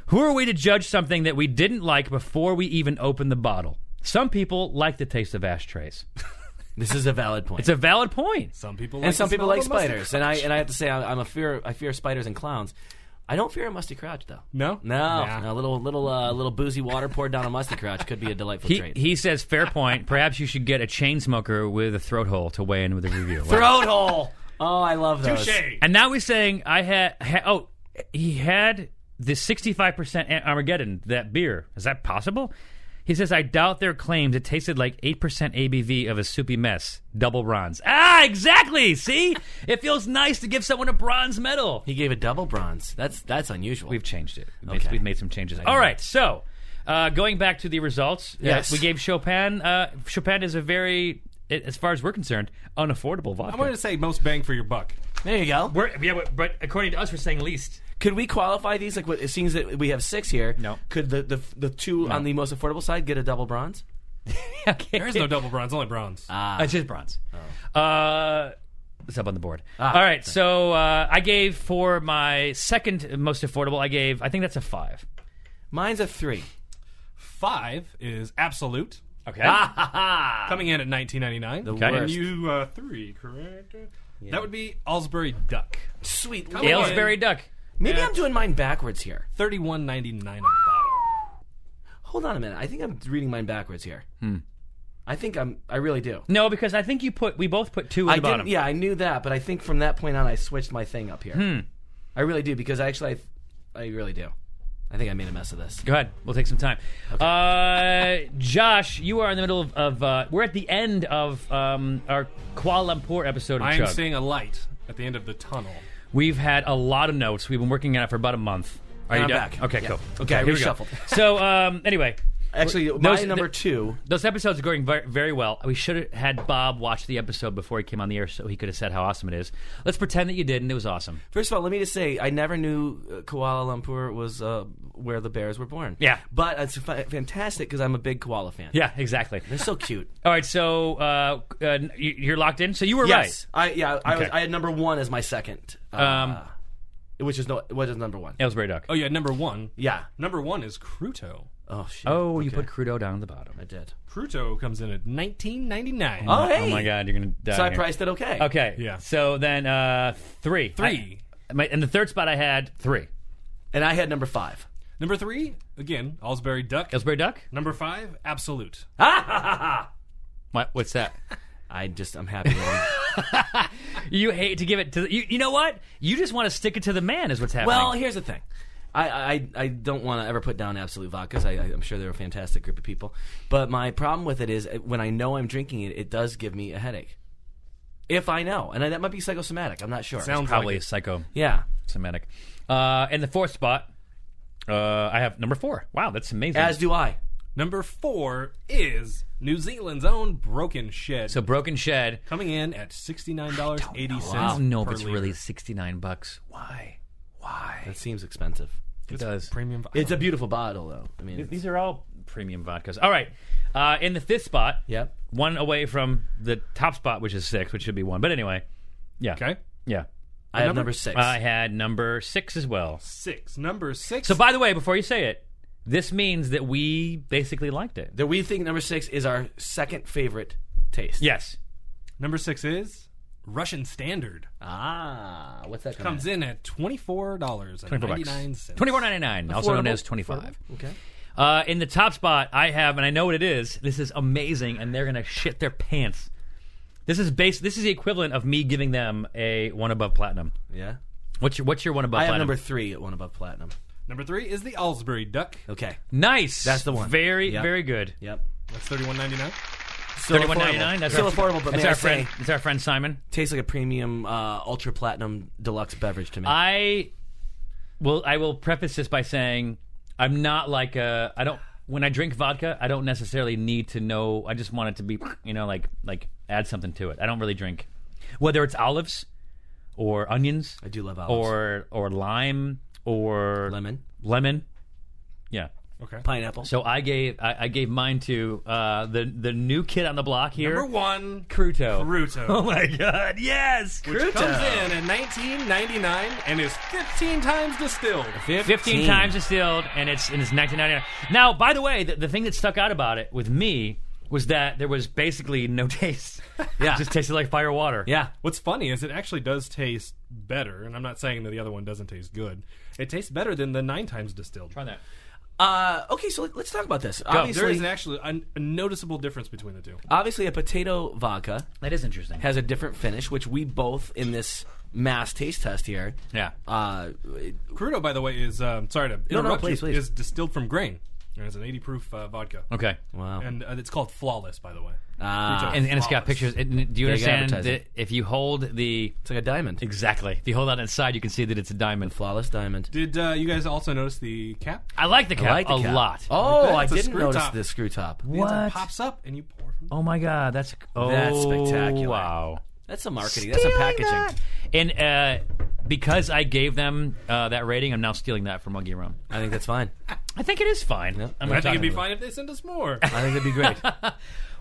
[SPEAKER 4] who are we to judge something that we didn't like before we even opened the bottle? Some people like the taste of ashtrays.
[SPEAKER 6] This is a valid point.
[SPEAKER 4] It's a valid point.
[SPEAKER 5] Some people like
[SPEAKER 6] and some
[SPEAKER 5] the
[SPEAKER 6] people
[SPEAKER 5] smell
[SPEAKER 6] like
[SPEAKER 5] of a musty
[SPEAKER 6] spiders, and I and I have to say I, I'm a fear I fear spiders and clowns. I don't fear a musty crotch though.
[SPEAKER 5] No?
[SPEAKER 6] no,
[SPEAKER 5] Nah.
[SPEAKER 6] no, a little little uh, little boozy water poured down a musty crotch could be a delightful
[SPEAKER 4] He,
[SPEAKER 6] treat.
[SPEAKER 4] he says, fair point. Perhaps you should get a chain smoker with a throat hole to weigh in with a review. Wow.
[SPEAKER 6] Throat hole. Oh, I love those.
[SPEAKER 5] Touche.
[SPEAKER 4] And now he's saying I had ha- oh he had the 65% Ar- Armageddon that beer. Is that possible? He says I doubt their claims. It tasted like 8% ABV of a soupy mess. Double bronze. Ah, exactly. See? It feels nice to give someone a bronze medal.
[SPEAKER 6] He gave a double bronze. That's that's unusual.
[SPEAKER 4] We've changed it. We've,
[SPEAKER 6] Okay.
[SPEAKER 4] we've made some changes. All right. So, uh, going back to the results, uh,
[SPEAKER 6] Yes.
[SPEAKER 4] we gave Chopin. Uh, Chopin is a very it, as far as we're concerned, unaffordable vodka.
[SPEAKER 5] I'm going to say most bang for your buck.
[SPEAKER 6] There you go.
[SPEAKER 4] We're- yeah, but, but according to us, we're saying least.
[SPEAKER 6] Could we qualify these? Like, what, it seems that we have six here.
[SPEAKER 4] No.
[SPEAKER 6] Could the the, the two on the most affordable side get a double bronze?
[SPEAKER 4] okay.
[SPEAKER 5] There is no double bronze, only bronze.
[SPEAKER 6] Ah.
[SPEAKER 4] Uh, it's just bronze.
[SPEAKER 6] Oh.
[SPEAKER 4] Uh, it's up on the board.
[SPEAKER 6] Ah,
[SPEAKER 4] All right, so uh, I gave for my second most affordable. I gave, I think that's a five.
[SPEAKER 6] Mine's a three.
[SPEAKER 5] Five is absolute,
[SPEAKER 4] Okay.
[SPEAKER 5] coming in at 19.99.
[SPEAKER 6] Ah. The
[SPEAKER 5] The
[SPEAKER 4] Okay.
[SPEAKER 5] and
[SPEAKER 6] worst.
[SPEAKER 5] you uh, three, correct? That would be Allsbury Duck,
[SPEAKER 6] Sweet.
[SPEAKER 5] Come
[SPEAKER 6] Lord.
[SPEAKER 5] on.
[SPEAKER 4] Aylesbury duck.
[SPEAKER 6] Maybe I'm doing mine backwards here.
[SPEAKER 5] 31.99 a bottle.
[SPEAKER 6] Hold on a minute. I think I'm reading mine backwards here. Hmm. I think I'm. I really do.
[SPEAKER 4] No, because I think you put we both put two at
[SPEAKER 6] I
[SPEAKER 4] the
[SPEAKER 6] didn't-
[SPEAKER 4] bottom.
[SPEAKER 6] Yeah, I knew that, but I think from that point on, I switched my thing up here.
[SPEAKER 4] Hmm.
[SPEAKER 6] I really do because I actually, I, I really do. I think I made a mess of this.
[SPEAKER 4] Go ahead. We'll take some time. Uh, Josh, you are in the middle of. of uh, we're at the end of um, our Kuala Lumpur episode of
[SPEAKER 5] I am
[SPEAKER 4] Chug.
[SPEAKER 5] seeing a light at the end of the tunnel.
[SPEAKER 4] We've had a lot of notes. We've been working on it for about a month. Are
[SPEAKER 6] And
[SPEAKER 4] you
[SPEAKER 6] I'm
[SPEAKER 4] done?
[SPEAKER 6] back.
[SPEAKER 4] Okay,
[SPEAKER 6] Yeah.
[SPEAKER 4] cool.
[SPEAKER 6] Okay, I
[SPEAKER 4] here we go.
[SPEAKER 6] reshuffled.
[SPEAKER 4] So, um, anyway,
[SPEAKER 6] Actually, my
[SPEAKER 4] those-
[SPEAKER 6] number two.
[SPEAKER 4] those episodes are going very, very well. We should have had Bob watch the episode before he came on the air so he could have said how awesome it is. Let's pretend that you did and it was awesome.
[SPEAKER 6] First of all, let me just say I never knew uh, Kuala Lumpur was uh, where the bears were born.
[SPEAKER 4] Yeah.
[SPEAKER 6] but it's fa- fantastic because I'm a big koala fan.
[SPEAKER 4] Yeah, exactly.
[SPEAKER 6] they're so cute.
[SPEAKER 4] All right, so uh, uh, you- you're locked in. So you were
[SPEAKER 6] Yes, I yeah I, was,
[SPEAKER 4] Okay.
[SPEAKER 6] I had number one as my second, uh,
[SPEAKER 4] right. Um,
[SPEAKER 6] which is no what is number one?
[SPEAKER 4] Aylesbury duck.
[SPEAKER 5] Oh, yeah, number one.
[SPEAKER 6] Yeah.
[SPEAKER 5] Number one is Cruto.
[SPEAKER 6] Oh shit.
[SPEAKER 4] Oh, you put Crudo down at the bottom.
[SPEAKER 6] I did.
[SPEAKER 5] Cruto comes in at 19.99.
[SPEAKER 6] Oh hey.
[SPEAKER 4] Oh my god, you're gonna die.
[SPEAKER 6] So I
[SPEAKER 4] here.
[SPEAKER 6] priced it okay.
[SPEAKER 4] Okay.
[SPEAKER 5] Yeah.
[SPEAKER 4] So then uh, three.
[SPEAKER 5] Three.
[SPEAKER 4] I, my, and the third spot I had three.
[SPEAKER 6] and I had number five.
[SPEAKER 5] Number three, again, Allsbury Duck.
[SPEAKER 4] Aylesbury duck.
[SPEAKER 5] Number five, Absolute.
[SPEAKER 4] What, what's that?
[SPEAKER 6] I just I'm happy. with it.
[SPEAKER 4] you hate to give it to the, you. You know what? You just want to stick it to the man. Is what's happening.
[SPEAKER 6] Well, here's the thing. I, I, I don't want to ever put down Absolute Vodkas. I, I, I'm sure they're a fantastic group of people. But my problem with it is uh, when I know I'm drinking it, it does give me a headache. If I know. And I, that might be psychosomatic. I'm not sure.
[SPEAKER 5] Sounds
[SPEAKER 4] probably
[SPEAKER 5] like it.
[SPEAKER 4] psycho
[SPEAKER 6] yeah.
[SPEAKER 4] somatic. Uh, and the fourth spot, uh, I have number four. Wow, that's amazing.
[SPEAKER 6] As do I.
[SPEAKER 5] Number four is New Zealand's own Broken Shed.
[SPEAKER 4] so broken shed.
[SPEAKER 5] coming in at $69.80.
[SPEAKER 4] I don't know if
[SPEAKER 5] per
[SPEAKER 4] it's
[SPEAKER 5] liter.
[SPEAKER 4] really sixty nine bucks. Why? Why?
[SPEAKER 6] That seems expensive.
[SPEAKER 4] it does.
[SPEAKER 5] premium. vodka.
[SPEAKER 6] It's a beautiful bottle, though. I mean,
[SPEAKER 4] These are all premium vodkas. All right. Uh, in the fifth spot,
[SPEAKER 6] Yep.
[SPEAKER 4] one away from the top spot, which is six, which should be one. But anyway, yeah.
[SPEAKER 5] Okay.
[SPEAKER 4] Yeah.
[SPEAKER 6] I have number six.
[SPEAKER 4] I had number six as well.
[SPEAKER 5] Six. Number six.
[SPEAKER 4] So, by the way, before you say it, this means that we basically liked it.
[SPEAKER 6] that we think number six is our second favorite taste.
[SPEAKER 4] Yes.
[SPEAKER 5] number six is Russian Standard.
[SPEAKER 4] Uh,
[SPEAKER 6] Ah, what's that
[SPEAKER 5] Comes in at $24.99.
[SPEAKER 4] Twenty-four bucks. Twenty-four ninety-nine, also known
[SPEAKER 6] Affordable.
[SPEAKER 4] as twenty-five.
[SPEAKER 6] Okay.
[SPEAKER 4] Uh, in the top spot, I have, and I know what it is. This is amazing, and they're gonna shit their pants. This is base. This is the equivalent of me giving them a one above platinum.
[SPEAKER 6] Yeah.
[SPEAKER 4] What's your What's your one above?
[SPEAKER 6] I have
[SPEAKER 4] platinum?
[SPEAKER 6] number three at one above platinum.
[SPEAKER 5] Number three is the Allsbury Duck.
[SPEAKER 6] Okay.
[SPEAKER 4] Nice.
[SPEAKER 6] That's the one.
[SPEAKER 4] Very
[SPEAKER 6] Yep.
[SPEAKER 4] very good.
[SPEAKER 6] Yep.
[SPEAKER 5] That's $31.99.
[SPEAKER 6] Still
[SPEAKER 4] Thirty-one ninety-nine.
[SPEAKER 6] affordable.
[SPEAKER 4] That's
[SPEAKER 6] Still
[SPEAKER 4] our,
[SPEAKER 6] affordable, but
[SPEAKER 4] that's
[SPEAKER 6] may I
[SPEAKER 4] our friend.
[SPEAKER 6] say-
[SPEAKER 4] It's our friend Simon.
[SPEAKER 6] tastes like a premium uh, ultra platinum deluxe beverage to me.
[SPEAKER 4] Uh, I will. I will preface this by saying I'm not like a. I don't. When I drink vodka, I don't necessarily need to know. I just want it to be, you know, like like add something to it. I don't really drink, whether it's olives, or onions,
[SPEAKER 6] I do love olives.
[SPEAKER 4] or or lime, or
[SPEAKER 6] lemon,
[SPEAKER 4] lemon. Yeah.
[SPEAKER 5] Okay.
[SPEAKER 6] pineapple.
[SPEAKER 4] So I gave I, I gave mine to uh, the the new kid on the block here,
[SPEAKER 5] Number one,
[SPEAKER 4] Cruto.
[SPEAKER 5] Cruto.
[SPEAKER 4] Oh my god! Yes,
[SPEAKER 5] which comes in at 1999 and is 15 times distilled.
[SPEAKER 4] 15 times distilled, and it's and it's 1999. Now, by the way, the, the thing that stuck out about it with me was that there was basically no taste.
[SPEAKER 6] Yeah.
[SPEAKER 4] it just tasted like fire water.
[SPEAKER 6] yeah,
[SPEAKER 5] What's funny is it actually does taste better, and I'm not saying that the other one doesn't taste good. It tastes better than the nine times distilled.
[SPEAKER 4] Try that.
[SPEAKER 6] uh, okay. So let, us talk about this.
[SPEAKER 5] There
[SPEAKER 6] Obviously,
[SPEAKER 5] is an actually a, a noticeable difference between the two.
[SPEAKER 6] obviously, a potato vodka
[SPEAKER 4] That is interesting.
[SPEAKER 6] has a different finish, which we both in this mass taste test here.
[SPEAKER 4] yeah.
[SPEAKER 6] Uh,
[SPEAKER 5] Crudo, by they the way, is um, sorry to interrupt
[SPEAKER 6] no, please,
[SPEAKER 5] you,
[SPEAKER 6] please.
[SPEAKER 5] is distilled from grain. And it's an 80 proof uh, vodka.
[SPEAKER 4] Okay.
[SPEAKER 6] Wow.
[SPEAKER 5] And uh, it's called Flawless, by the way.
[SPEAKER 6] Ah.
[SPEAKER 5] Fruit
[SPEAKER 4] And, and it's got
[SPEAKER 5] Flawless.
[SPEAKER 4] pictures. And do you
[SPEAKER 6] Yeah, you gotta
[SPEAKER 4] understand
[SPEAKER 6] advertise
[SPEAKER 4] that if you hold the
[SPEAKER 6] it's like a diamond.
[SPEAKER 4] exactly, if you hold on its side, you can see that it's a diamond.
[SPEAKER 6] Flawless diamond.
[SPEAKER 5] Did uh, you guys also notice the cap?
[SPEAKER 4] I like the cap
[SPEAKER 6] I like the
[SPEAKER 4] a
[SPEAKER 6] cap.
[SPEAKER 4] lot.
[SPEAKER 6] Oh,
[SPEAKER 5] That's
[SPEAKER 6] I
[SPEAKER 5] a
[SPEAKER 6] didn't
[SPEAKER 5] screw
[SPEAKER 6] notice
[SPEAKER 5] top.
[SPEAKER 6] the screw top.
[SPEAKER 5] The inside
[SPEAKER 4] What?
[SPEAKER 5] pops up and you pour from.
[SPEAKER 4] Oh my god, that's oh,
[SPEAKER 6] That's spectacular.
[SPEAKER 4] Wow.
[SPEAKER 6] That's some marketing. That's some packaging.
[SPEAKER 4] And uh, because I gave them uh, that rating, I'm now stealing that from Monkey Rum.
[SPEAKER 6] I think that's fine.
[SPEAKER 4] I think it is fine. I'm
[SPEAKER 5] I think it'd be
[SPEAKER 4] fine.
[SPEAKER 5] fine if they sent us more.
[SPEAKER 6] I think that'd be great.
[SPEAKER 4] Well,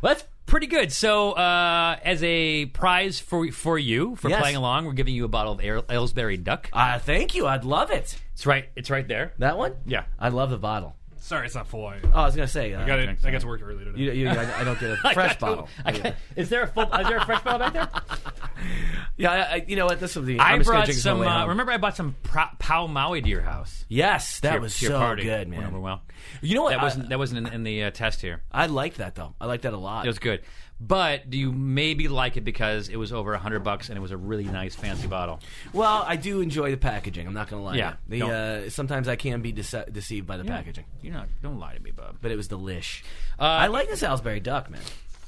[SPEAKER 4] that's pretty good. So, uh, as a prize for for you for
[SPEAKER 6] Yes.
[SPEAKER 4] playing along, we're giving you a bottle of Ale- Aylesbury Duck.
[SPEAKER 6] uh, thank you. I'd love it.
[SPEAKER 4] It's right. It's right there.
[SPEAKER 6] That one?
[SPEAKER 4] Yeah.
[SPEAKER 6] I love the bottle.
[SPEAKER 5] Sorry, it's not full. I
[SPEAKER 6] Oh, I was gonna say. Uh,
[SPEAKER 5] got it. I got to work early today.
[SPEAKER 6] You, you, I, I don't get a fresh bottle.
[SPEAKER 4] I got- is there a full, is there a fresh bottle back there?
[SPEAKER 6] Yeah, I, I, you know what? This will be.
[SPEAKER 4] I
[SPEAKER 6] I'm just gonna
[SPEAKER 4] brought
[SPEAKER 6] drink this on
[SPEAKER 4] some.
[SPEAKER 6] the way
[SPEAKER 4] Uh,
[SPEAKER 6] home.
[SPEAKER 4] remember, I bought some pro- Pau Maui to your house.
[SPEAKER 6] Yes, that
[SPEAKER 4] To your-
[SPEAKER 6] was
[SPEAKER 4] to your
[SPEAKER 6] so
[SPEAKER 4] party
[SPEAKER 6] good,
[SPEAKER 4] when we were
[SPEAKER 6] man.
[SPEAKER 4] well.
[SPEAKER 6] You know what?
[SPEAKER 4] That
[SPEAKER 6] I-
[SPEAKER 4] wasn't that wasn't in, in the uh, test here.
[SPEAKER 6] I like that though. I like that a lot.
[SPEAKER 4] It was good, but do you maybe like it because it was over hundred bucks and it was a really nice fancy bottle?
[SPEAKER 6] well, I do enjoy the packaging. I'm not gonna lie. to
[SPEAKER 4] Yeah,
[SPEAKER 6] you.
[SPEAKER 4] don't.
[SPEAKER 6] The uh, sometimes I can be dece- deceived by the packaging,
[SPEAKER 4] You're not. Don't lie to me, Bob.
[SPEAKER 6] but it was delish. I like the Salisbury duck, man.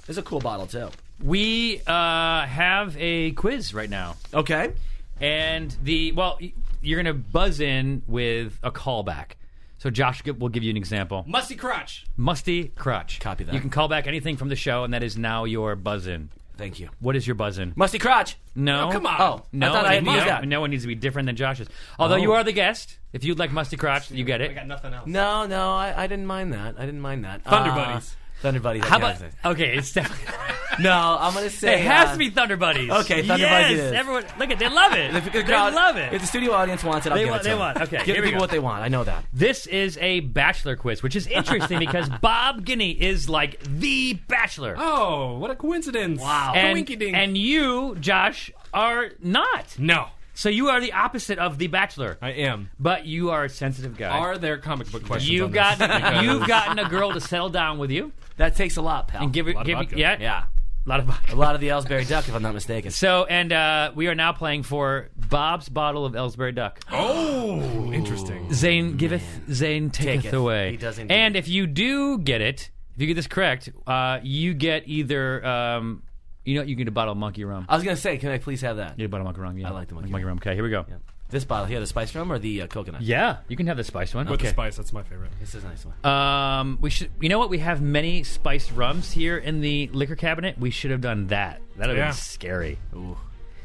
[SPEAKER 6] It's a cool bottle too.
[SPEAKER 4] We uh, have a quiz right now,
[SPEAKER 6] Okay.
[SPEAKER 4] and the well, y- you're gonna buzz in with a callback. So Josh gi- will give you an example.
[SPEAKER 5] Musty crotch.
[SPEAKER 4] Musty crotch.
[SPEAKER 6] Copy that.
[SPEAKER 4] You can call back anything from the show, and that is now your buzz in.
[SPEAKER 6] Thank you.
[SPEAKER 4] What is your buzz in?
[SPEAKER 6] Musty crotch.
[SPEAKER 4] No.
[SPEAKER 5] Oh, come on.
[SPEAKER 6] Oh,
[SPEAKER 4] No,
[SPEAKER 6] I thought I had
[SPEAKER 4] no,
[SPEAKER 6] to use that.
[SPEAKER 4] no, it needs to be different than Josh's. Although
[SPEAKER 6] Oh.
[SPEAKER 4] you are the guest. If you'd like Musty Crotch, you get
[SPEAKER 5] I
[SPEAKER 4] it.
[SPEAKER 5] got nothing else.
[SPEAKER 6] No, no, I, I didn't mind that. I didn't mind that.
[SPEAKER 5] Thunder
[SPEAKER 6] Uh,
[SPEAKER 5] Buddies.
[SPEAKER 6] Thunder Buddies. I
[SPEAKER 4] How
[SPEAKER 6] guess.
[SPEAKER 4] about. Okay, it's definitely.
[SPEAKER 6] No, I'm gonna say
[SPEAKER 4] It has
[SPEAKER 6] uh,
[SPEAKER 4] to be Thunder Buddies.
[SPEAKER 6] okay, Thunder
[SPEAKER 4] yes,
[SPEAKER 6] Buddies it is.
[SPEAKER 4] Everyone, look at they love it.
[SPEAKER 6] If the
[SPEAKER 4] they
[SPEAKER 6] crowd-
[SPEAKER 4] love it.
[SPEAKER 6] If the studio audience wants it, I'll
[SPEAKER 4] They
[SPEAKER 6] give
[SPEAKER 4] want-
[SPEAKER 6] it to
[SPEAKER 4] they
[SPEAKER 6] them.
[SPEAKER 4] want. Okay,
[SPEAKER 6] give
[SPEAKER 4] here
[SPEAKER 6] the
[SPEAKER 4] we
[SPEAKER 6] people
[SPEAKER 4] go.
[SPEAKER 6] what they want. I know that.
[SPEAKER 4] This is a bachelor quiz, which is interesting because Bob Guinea is like the bachelor.
[SPEAKER 5] Oh, what a coincidence! Wow.
[SPEAKER 4] and, and you, Josh, are not.
[SPEAKER 5] no,
[SPEAKER 4] So you are the opposite of the bachelor.
[SPEAKER 5] I am.
[SPEAKER 4] But you are a sensitive guy.
[SPEAKER 5] Are there comic book questions?
[SPEAKER 4] You've
[SPEAKER 5] on
[SPEAKER 4] got
[SPEAKER 5] this? Because-
[SPEAKER 4] you've gotten a girl to settle down with you
[SPEAKER 6] That takes a lot, pal.
[SPEAKER 4] and give it
[SPEAKER 5] of
[SPEAKER 4] give it-
[SPEAKER 5] vodka.
[SPEAKER 4] yeah
[SPEAKER 6] yeah,
[SPEAKER 4] a lot of vodka.
[SPEAKER 6] a lot of the Ellsbury Duck, if I'm not mistaken.
[SPEAKER 4] So and uh, we are now playing for Bob's bottle of Ellsbury Duck.
[SPEAKER 5] Oh, interesting.
[SPEAKER 4] Zane giveth, Zane taketh,
[SPEAKER 6] Taketh.
[SPEAKER 4] away.
[SPEAKER 6] He does indeed.
[SPEAKER 4] and if you do get it, if you get this correct, uh, you get either um, you know what, you get a bottle of monkey rum.
[SPEAKER 6] I was gonna say, can I please have that?
[SPEAKER 4] you get a bottle of monkey rum. Yeah,
[SPEAKER 6] Uh, I like the monkey
[SPEAKER 4] rum. Okay, here we go. Yeah.
[SPEAKER 6] This bottle here, the spice rum or the uh, coconut?
[SPEAKER 4] you can have the spiced one.
[SPEAKER 5] With the
[SPEAKER 4] okay.
[SPEAKER 5] spice, that's my favorite.
[SPEAKER 6] this is a nice one.
[SPEAKER 4] Um, we should. You know what? We have many spiced rums here in the liquor cabinet. We should have done that. That would have
[SPEAKER 5] Yeah.
[SPEAKER 4] been scary.
[SPEAKER 6] Ooh.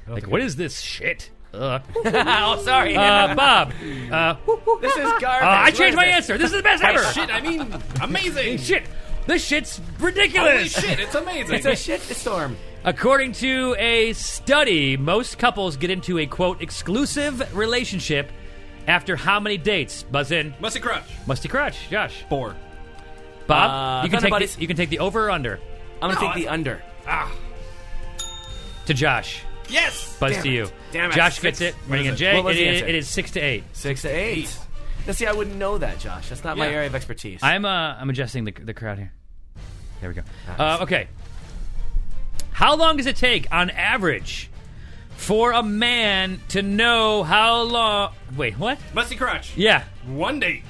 [SPEAKER 4] Like, what is this shit? Ugh.
[SPEAKER 6] oh, sorry.
[SPEAKER 4] Uh, Bob, uh, woo, woo,
[SPEAKER 6] this is garbage.
[SPEAKER 4] uh, I
[SPEAKER 6] What is
[SPEAKER 4] changed my
[SPEAKER 6] this?
[SPEAKER 4] answer. This is the best ever.
[SPEAKER 5] Shit, I mean, amazing.
[SPEAKER 4] Shit. This shit's
[SPEAKER 5] Holy
[SPEAKER 4] ridiculous.
[SPEAKER 5] shit, it's amazing.
[SPEAKER 6] It's a shit storm.
[SPEAKER 4] According to a study, most couples get into a quote exclusive relationship after how many dates? Buzz in.
[SPEAKER 5] Musty crotch.
[SPEAKER 4] Musty Crutch, Josh,
[SPEAKER 5] Four.
[SPEAKER 4] Bob.
[SPEAKER 6] Uh,
[SPEAKER 4] you can
[SPEAKER 6] Thunder
[SPEAKER 4] take
[SPEAKER 6] Buddies.
[SPEAKER 4] the, you can take the over or under
[SPEAKER 6] I'm gonna
[SPEAKER 5] No,
[SPEAKER 6] take the under.
[SPEAKER 4] to Josh.
[SPEAKER 5] Yes.
[SPEAKER 4] Buzz
[SPEAKER 6] Damn
[SPEAKER 4] to
[SPEAKER 6] it.
[SPEAKER 4] you.
[SPEAKER 5] Damn it.
[SPEAKER 4] Josh
[SPEAKER 5] Six.
[SPEAKER 4] gets it.
[SPEAKER 6] What
[SPEAKER 4] Ring
[SPEAKER 6] is
[SPEAKER 4] and
[SPEAKER 6] it?
[SPEAKER 4] Jay.
[SPEAKER 6] What was
[SPEAKER 4] It
[SPEAKER 6] the
[SPEAKER 4] is,
[SPEAKER 6] answer?
[SPEAKER 4] it is six to eight.
[SPEAKER 6] Six to eight. Now, see, I wouldn't know that, Josh. That's not my
[SPEAKER 5] Yeah.
[SPEAKER 6] area of expertise.
[SPEAKER 4] I'm uh, I'm adjusting the, the crowd here. There we go. Uh, okay. How long does it take on average for a man to know how long? Wait, what?
[SPEAKER 5] Musty crotch.
[SPEAKER 4] Yeah,
[SPEAKER 5] One date.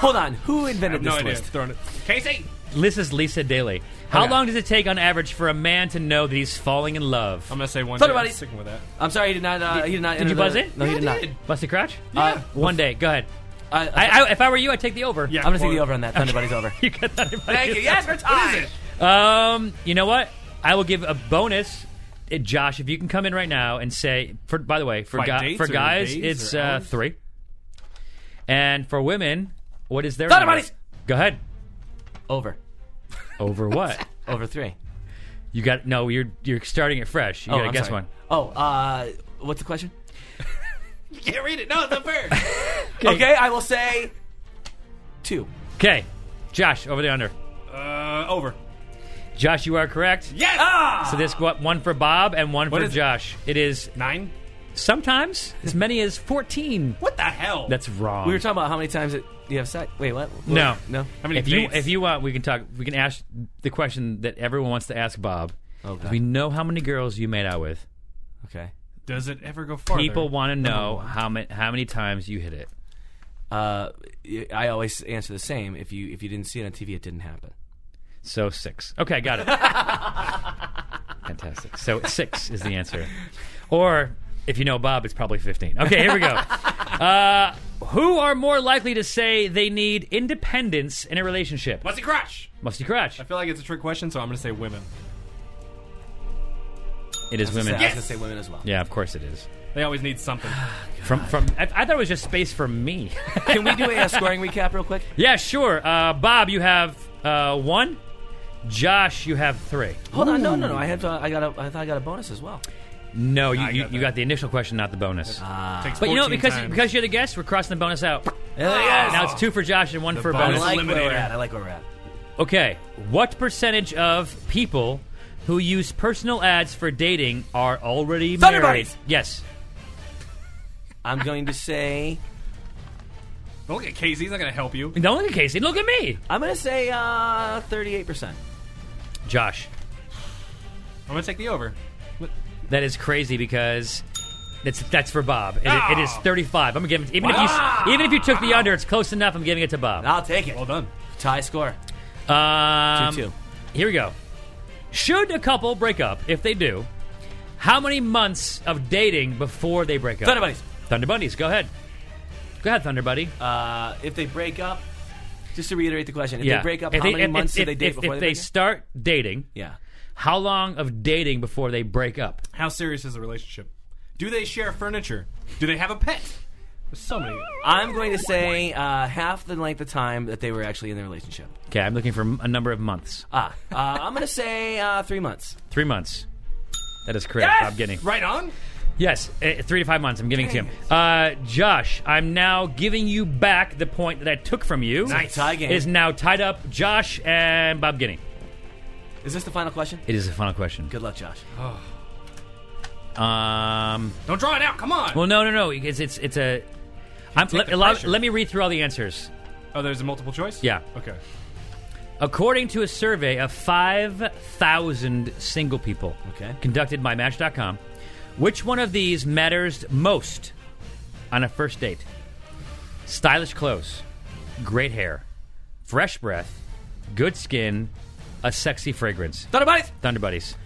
[SPEAKER 6] Hold on. Who
[SPEAKER 5] I have
[SPEAKER 6] invented
[SPEAKER 5] no
[SPEAKER 6] this
[SPEAKER 5] idea.
[SPEAKER 6] list?
[SPEAKER 5] Throwing it. Casey.
[SPEAKER 4] this is Lisa Daly. How
[SPEAKER 5] Okay.
[SPEAKER 4] long does it take on average for a man to know that he's falling in love?
[SPEAKER 5] I'm gonna say one.
[SPEAKER 6] Thunder
[SPEAKER 5] date. I'm
[SPEAKER 6] buddies.
[SPEAKER 5] sticking with that.
[SPEAKER 6] I'm sorry, he did not. Uh, he did not.
[SPEAKER 4] Did you
[SPEAKER 6] enter
[SPEAKER 4] buzz
[SPEAKER 6] the,
[SPEAKER 4] it?
[SPEAKER 6] No, he
[SPEAKER 4] Yeah,
[SPEAKER 6] did not.
[SPEAKER 5] did.
[SPEAKER 4] Busty Crotch?
[SPEAKER 6] Uh,
[SPEAKER 4] One day. Go ahead.
[SPEAKER 6] I,
[SPEAKER 4] I, I, if I were you, I'd take the over.
[SPEAKER 5] Yeah.
[SPEAKER 6] am gonna take
[SPEAKER 5] Or-
[SPEAKER 6] the over on that. Thunder Buddies over.
[SPEAKER 4] You got that?
[SPEAKER 6] Thank you. Yes, we're
[SPEAKER 5] What
[SPEAKER 6] tied.
[SPEAKER 5] is it?
[SPEAKER 4] Um, you know what? I will give a bonus. Uh, Josh, if you can come in right now and say, for, by the way, for,
[SPEAKER 5] By
[SPEAKER 4] guy,
[SPEAKER 5] dates
[SPEAKER 4] for
[SPEAKER 5] or
[SPEAKER 4] guys,
[SPEAKER 5] days
[SPEAKER 4] it's
[SPEAKER 5] or
[SPEAKER 4] uh,
[SPEAKER 5] hours?
[SPEAKER 4] three. And for women, what is their
[SPEAKER 6] Thunder
[SPEAKER 4] number?
[SPEAKER 6] Buddies!
[SPEAKER 4] Go ahead.
[SPEAKER 6] Over.
[SPEAKER 4] Over what?
[SPEAKER 6] Over three.
[SPEAKER 4] you got no. You're you're starting it fresh. You
[SPEAKER 6] oh,
[SPEAKER 4] gotta
[SPEAKER 6] I'm
[SPEAKER 4] guess
[SPEAKER 6] sorry.
[SPEAKER 4] one.
[SPEAKER 6] Oh, uh, what's the question?
[SPEAKER 5] You can't read it. No, it's unfair.
[SPEAKER 6] Okay. I will say two.
[SPEAKER 4] Okay, Josh, over the under.
[SPEAKER 5] uh, over.
[SPEAKER 4] Josh, you are correct.
[SPEAKER 5] Yes. Ah.
[SPEAKER 4] So this what, one for Bob and one
[SPEAKER 5] What
[SPEAKER 4] for
[SPEAKER 5] is it?
[SPEAKER 4] Josh. It is
[SPEAKER 5] Nine.
[SPEAKER 4] sometimes as many as fourteen.
[SPEAKER 5] What the hell?
[SPEAKER 4] That's wrong.
[SPEAKER 6] We were talking about how many times it, you have sex. Wait, what?
[SPEAKER 4] No.
[SPEAKER 6] no.
[SPEAKER 5] How many
[SPEAKER 4] if you
[SPEAKER 5] dates?
[SPEAKER 4] if you want, we can talk. We can ask the question that everyone wants to ask Bob.
[SPEAKER 6] Okay.
[SPEAKER 4] We know how many girls you made out with.
[SPEAKER 6] Oh, okay.
[SPEAKER 5] Does it ever go farther?
[SPEAKER 4] People want to know how many how many times you hit it.
[SPEAKER 6] uh, I always answer the same. If you if you didn't see it on TV, it didn't happen.
[SPEAKER 4] So six. Okay, got it. Fantastic. So six is the answer. Or if you know Bob, it's probably 15. Okay, here we go. Uh, who are more likely to say they need independence in a relationship?
[SPEAKER 5] Musty Crush.
[SPEAKER 4] Musty Crotch.
[SPEAKER 5] I feel like it's a trick question, so I'm going to say women.
[SPEAKER 4] It is women.
[SPEAKER 6] So I was gonna say women as well.
[SPEAKER 4] Yeah, of course it is.
[SPEAKER 5] They always need something.
[SPEAKER 4] From from, I, I thought it was just space for me.
[SPEAKER 6] Can we do a uh, scoring recap real quick?
[SPEAKER 4] yeah, sure. Uh, Bob, you have uh, one. Josh, you have three.
[SPEAKER 6] Hold on, no, no, no. I had uh, I got a, I thought I got a bonus as well.
[SPEAKER 4] No, you,
[SPEAKER 5] I
[SPEAKER 4] you,
[SPEAKER 5] got
[SPEAKER 4] you
[SPEAKER 5] that.
[SPEAKER 4] got the initial question, not the bonus.
[SPEAKER 5] Takes
[SPEAKER 4] But you know,
[SPEAKER 5] 14
[SPEAKER 4] because
[SPEAKER 5] times.
[SPEAKER 4] because you're the guest, we're crossing the bonus out. Now it's two for Josh and one for
[SPEAKER 6] Ah, I
[SPEAKER 4] bonus.
[SPEAKER 5] bonus.
[SPEAKER 6] like where we're
[SPEAKER 5] eliminator.
[SPEAKER 6] at. I like where we're at.
[SPEAKER 4] Okay, what percentage of people who use personal ads for dating are already
[SPEAKER 6] Thunderbirds!
[SPEAKER 4] married? Yes.
[SPEAKER 6] I'm going to say
[SPEAKER 5] Don't look at Casey. He's not going to help you.
[SPEAKER 4] Don't look at Casey. Look at me,
[SPEAKER 6] I'm going to say uh, 38%.
[SPEAKER 4] Josh.
[SPEAKER 5] I'm going to take the over.
[SPEAKER 4] That is crazy because that's that's for Bob. It, it is
[SPEAKER 5] Ah.
[SPEAKER 4] 35. I'm giving even if you even if you took the under, it's close enough. I'm giving it to Bob.
[SPEAKER 6] I'll take it.
[SPEAKER 5] Well done.
[SPEAKER 6] Tie score.
[SPEAKER 4] Um,
[SPEAKER 6] Two-two.
[SPEAKER 4] Here we go. Should a couple break up? If they do, how many months of dating before they break up?
[SPEAKER 6] Thunder Buddies.
[SPEAKER 4] Thunder Bundies. Go ahead. Go ahead, Thunder Buddy.
[SPEAKER 6] Uh, if they break up, just to reiterate the question, if
[SPEAKER 4] yeah.
[SPEAKER 6] they break up,
[SPEAKER 4] If
[SPEAKER 6] how
[SPEAKER 4] they-
[SPEAKER 6] many
[SPEAKER 4] if-
[SPEAKER 6] months
[SPEAKER 4] if,
[SPEAKER 6] do they date
[SPEAKER 4] if,
[SPEAKER 6] before
[SPEAKER 4] if
[SPEAKER 6] they,
[SPEAKER 4] they
[SPEAKER 6] break up?
[SPEAKER 4] start dating?
[SPEAKER 6] Yeah.
[SPEAKER 4] How long of dating before they break up?
[SPEAKER 5] How serious is the relationship? Do they share furniture? Do they have a pet? There's so many.
[SPEAKER 6] I'm going to say uh, half the length of time that they were actually in the relationship.
[SPEAKER 4] Okay, I'm looking for m- a number of months.
[SPEAKER 6] Ah, uh, I'm going to say uh, three months.
[SPEAKER 4] Three months. That is correct. Bob Getting.
[SPEAKER 5] Right on.
[SPEAKER 4] Yes, eh, three to five months. I'm giving it to him. Uh, Josh, I'm now giving you back the point that I took from you.
[SPEAKER 6] Nice. Tie game.
[SPEAKER 4] It Is now tied up. Josh and Bob Guinea.
[SPEAKER 6] Is this the final question?
[SPEAKER 4] It is the final question.
[SPEAKER 6] Good luck, Josh.
[SPEAKER 4] Um,
[SPEAKER 5] Don't draw it out. Come on.
[SPEAKER 4] well, no, no, no. It's it's it's a. I'm, let,
[SPEAKER 5] the
[SPEAKER 4] allow-
[SPEAKER 5] pressure.
[SPEAKER 4] let me read through all the answers.
[SPEAKER 5] Oh, there's a multiple choice?
[SPEAKER 4] Yeah.
[SPEAKER 5] Okay.
[SPEAKER 4] According to a survey of 5,000 single people
[SPEAKER 6] Okay.
[SPEAKER 4] conducted by Match.com, which one of these matters most on a first date? Stylish clothes, great hair, fresh breath, good skin, a sexy fragrance.
[SPEAKER 6] Thunder Buddies!
[SPEAKER 4] Thunder Buddies.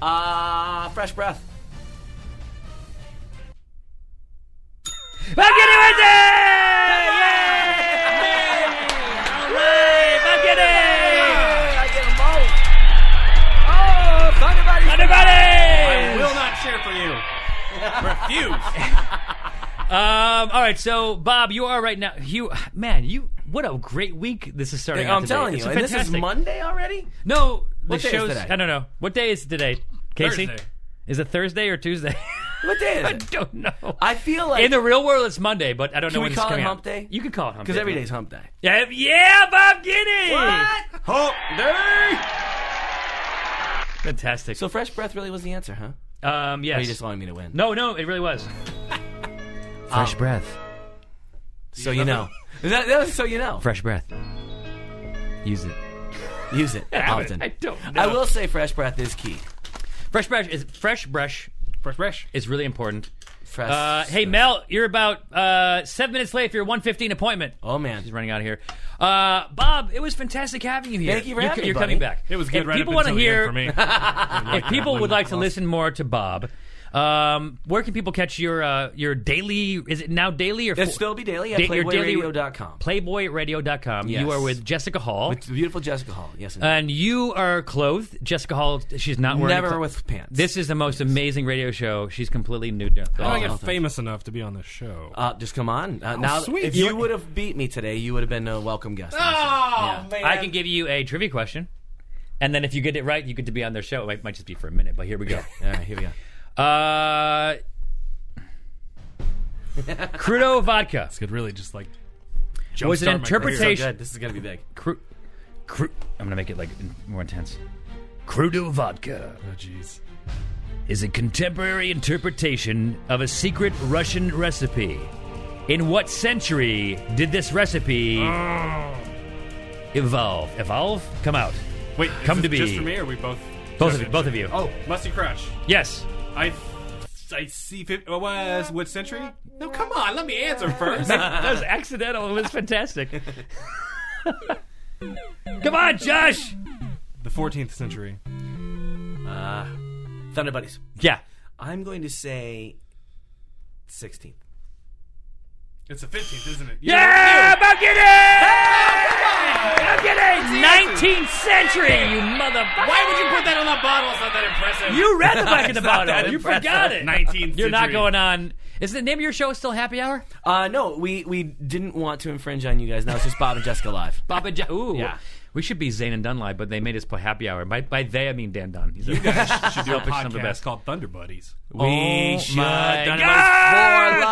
[SPEAKER 6] Uh, fresh breath.
[SPEAKER 4] Buck Kitty
[SPEAKER 6] Ah!
[SPEAKER 4] wins it! Yay! All right, Buck Kitty!
[SPEAKER 6] I get them both.
[SPEAKER 5] Will
[SPEAKER 4] Thunder Buddies!
[SPEAKER 6] Oh, Thunder Buddies!
[SPEAKER 5] not share for you. Refuse.
[SPEAKER 4] Um, all right, so Bob, you are right now. You, man, you. What a great week this is starting. out
[SPEAKER 6] I'm
[SPEAKER 4] today.
[SPEAKER 6] telling
[SPEAKER 4] It's
[SPEAKER 6] you, and this is
[SPEAKER 4] fantastic.
[SPEAKER 6] Monday already?
[SPEAKER 4] No, the
[SPEAKER 6] What day is
[SPEAKER 4] show's.
[SPEAKER 6] today?
[SPEAKER 4] I don't know. What day is today, Casey?
[SPEAKER 5] Thursday.
[SPEAKER 4] Is it Thursday or Tuesday?
[SPEAKER 6] What day
[SPEAKER 4] I
[SPEAKER 6] is it?
[SPEAKER 4] don't know.
[SPEAKER 6] I feel like.
[SPEAKER 4] In the real world, it's Monday, but I don't know
[SPEAKER 6] Can we
[SPEAKER 4] when
[SPEAKER 6] call
[SPEAKER 4] it's
[SPEAKER 6] it
[SPEAKER 4] coming
[SPEAKER 6] hump
[SPEAKER 4] out.
[SPEAKER 6] day?
[SPEAKER 4] You can call it hump
[SPEAKER 6] Because
[SPEAKER 4] day.
[SPEAKER 6] every day's hump day.
[SPEAKER 4] Yeah, yeah, Bob Guinea.
[SPEAKER 6] Hump day!
[SPEAKER 4] Fantastic.
[SPEAKER 6] So fresh breath really was the answer, huh?
[SPEAKER 4] um, yes.
[SPEAKER 6] Or you just wanted me to win.
[SPEAKER 4] no, no, it really was. Fresh breath.
[SPEAKER 6] So you know. that, that was so you know.
[SPEAKER 4] Fresh breath. Use it.
[SPEAKER 6] Use it often.
[SPEAKER 4] I don't. Know.
[SPEAKER 6] I will say fresh breath is key.
[SPEAKER 4] Fresh breath is fresh brush
[SPEAKER 5] Fresh, fresh.
[SPEAKER 4] is really important.
[SPEAKER 6] Fresh.
[SPEAKER 4] Uh, hey Mel, you're about uh, seven minutes late for your one fifteen appointment.
[SPEAKER 6] Oh man.
[SPEAKER 4] She's running out of here. Uh, Bob, it was fantastic having you here.
[SPEAKER 6] Thank you for
[SPEAKER 4] you're,
[SPEAKER 6] having me,
[SPEAKER 4] You're
[SPEAKER 6] buddy.
[SPEAKER 4] coming back.
[SPEAKER 5] It was good
[SPEAKER 4] If
[SPEAKER 5] right
[SPEAKER 4] people
[SPEAKER 5] up
[SPEAKER 4] want
[SPEAKER 5] until
[SPEAKER 4] to
[SPEAKER 5] the end
[SPEAKER 4] hear, uh,
[SPEAKER 5] for me.
[SPEAKER 4] if people would like to listen more to Bob, um, where can people catch your uh, your daily? Is it now daily or
[SPEAKER 6] It's
[SPEAKER 4] fo-
[SPEAKER 6] still be daily at
[SPEAKER 4] da- your daily-
[SPEAKER 6] playboyradio.com.
[SPEAKER 4] PlayboyRadio.com.
[SPEAKER 6] Yes.
[SPEAKER 4] You are with Jessica Hall,
[SPEAKER 6] With the beautiful Jessica Hall. Yes. indeed.
[SPEAKER 4] and you are clothed. Jessica Hall, she's not wearing
[SPEAKER 6] Never
[SPEAKER 4] clo-
[SPEAKER 6] with pants.
[SPEAKER 4] This is the most amazing radio show. She's completely nude.
[SPEAKER 5] I
[SPEAKER 6] Oh,
[SPEAKER 5] don't
[SPEAKER 6] no,
[SPEAKER 5] get
[SPEAKER 6] thank you.
[SPEAKER 5] famous enough to be on this show.
[SPEAKER 6] Uh, just come on. Uh, now,
[SPEAKER 5] sweet.
[SPEAKER 6] if you would have beat me today, you would have been a welcome guest.
[SPEAKER 4] Ah!
[SPEAKER 5] oh, man.
[SPEAKER 4] I can give you a trivia question, and then if you get it right, you get to be on their show. It might, might just be for a minute, but here we go.
[SPEAKER 6] All right, here we go.
[SPEAKER 4] Uh, crudo vodka.
[SPEAKER 5] Could really just like.
[SPEAKER 4] Was
[SPEAKER 5] jumpstart my career.
[SPEAKER 4] it
[SPEAKER 6] So
[SPEAKER 4] interpretation?
[SPEAKER 6] good. This is gonna be big.
[SPEAKER 4] Cru- cru- I'm gonna make it like in- more intense. Crudo vodka
[SPEAKER 5] Oh, jeez.
[SPEAKER 4] is a contemporary interpretation of a secret Russian recipe. In what century did this recipe evolve? Evolve? Come out.
[SPEAKER 5] Wait,
[SPEAKER 4] Come
[SPEAKER 5] is
[SPEAKER 4] to
[SPEAKER 5] it Just
[SPEAKER 4] be.
[SPEAKER 5] for me, or we both?
[SPEAKER 4] Both of you. Both of you.
[SPEAKER 5] Oh, Musty Crush.
[SPEAKER 4] Yes.
[SPEAKER 5] I, I see. fif- uh, was what century? No, come on, let me answer first.
[SPEAKER 4] that was accidental. It was fantastic. Come on, Josh.
[SPEAKER 5] the 14th century.
[SPEAKER 6] Thunder Buddies.
[SPEAKER 4] Yeah.
[SPEAKER 6] I'm going to say 16th.
[SPEAKER 5] It's the 15th, isn't it?
[SPEAKER 4] Yeah, Buccaneers! Buccaneers! 19th century, you motherfucker!
[SPEAKER 5] Why would you put that on the bottle? It's not that impressive.
[SPEAKER 4] You read the back of the
[SPEAKER 6] It's not
[SPEAKER 4] bottle.
[SPEAKER 6] that
[SPEAKER 4] You
[SPEAKER 6] impressive.
[SPEAKER 4] forgot it.
[SPEAKER 5] 19th
[SPEAKER 4] You're not
[SPEAKER 5] century.
[SPEAKER 4] going on. Is the name of your show still Happy Hour?
[SPEAKER 6] Uh, no, we, we didn't want to infringe on you guys. Now it's just Bob and Jessica live.
[SPEAKER 4] Bob and Jo- Ooh.
[SPEAKER 6] Yeah.
[SPEAKER 4] We should be Zane and Dunn live, but they made us put Happy Hour. By, by they, I mean Dan Dunn. He's a-
[SPEAKER 5] You guys should do a
[SPEAKER 4] Selfish son of a bitch.
[SPEAKER 5] podcast called Thunder Buddies.
[SPEAKER 4] Oh
[SPEAKER 6] We should.
[SPEAKER 4] my
[SPEAKER 6] Thunder
[SPEAKER 4] God!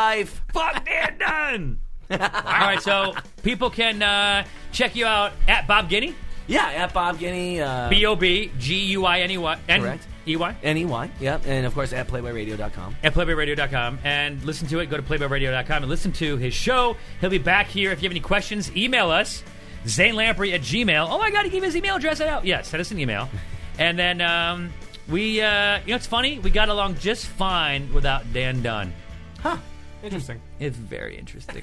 [SPEAKER 6] Buddies for life.
[SPEAKER 4] Fuck Dan Dunn! All right, so people can uh, check you out at Bob Guinea,
[SPEAKER 6] Yeah, at Bob Guinea. Uh,
[SPEAKER 4] B O B G U I N E Y.
[SPEAKER 6] Correct.
[SPEAKER 4] E Y.
[SPEAKER 6] N-E-Y. Yep. And of course at playboyradio.com.
[SPEAKER 4] at playboyradio.com and listen to it. Go to playboyradio.com and listen to his show. He'll be back here. If you have any questions, email us, Zane Lamprey at Gmail. Oh, I got to give his email address out. Yeah, send us an email. and then um, we, uh, you know, it's funny. We got along just fine without Dan Dunn.
[SPEAKER 5] Interesting.
[SPEAKER 4] It's very interesting.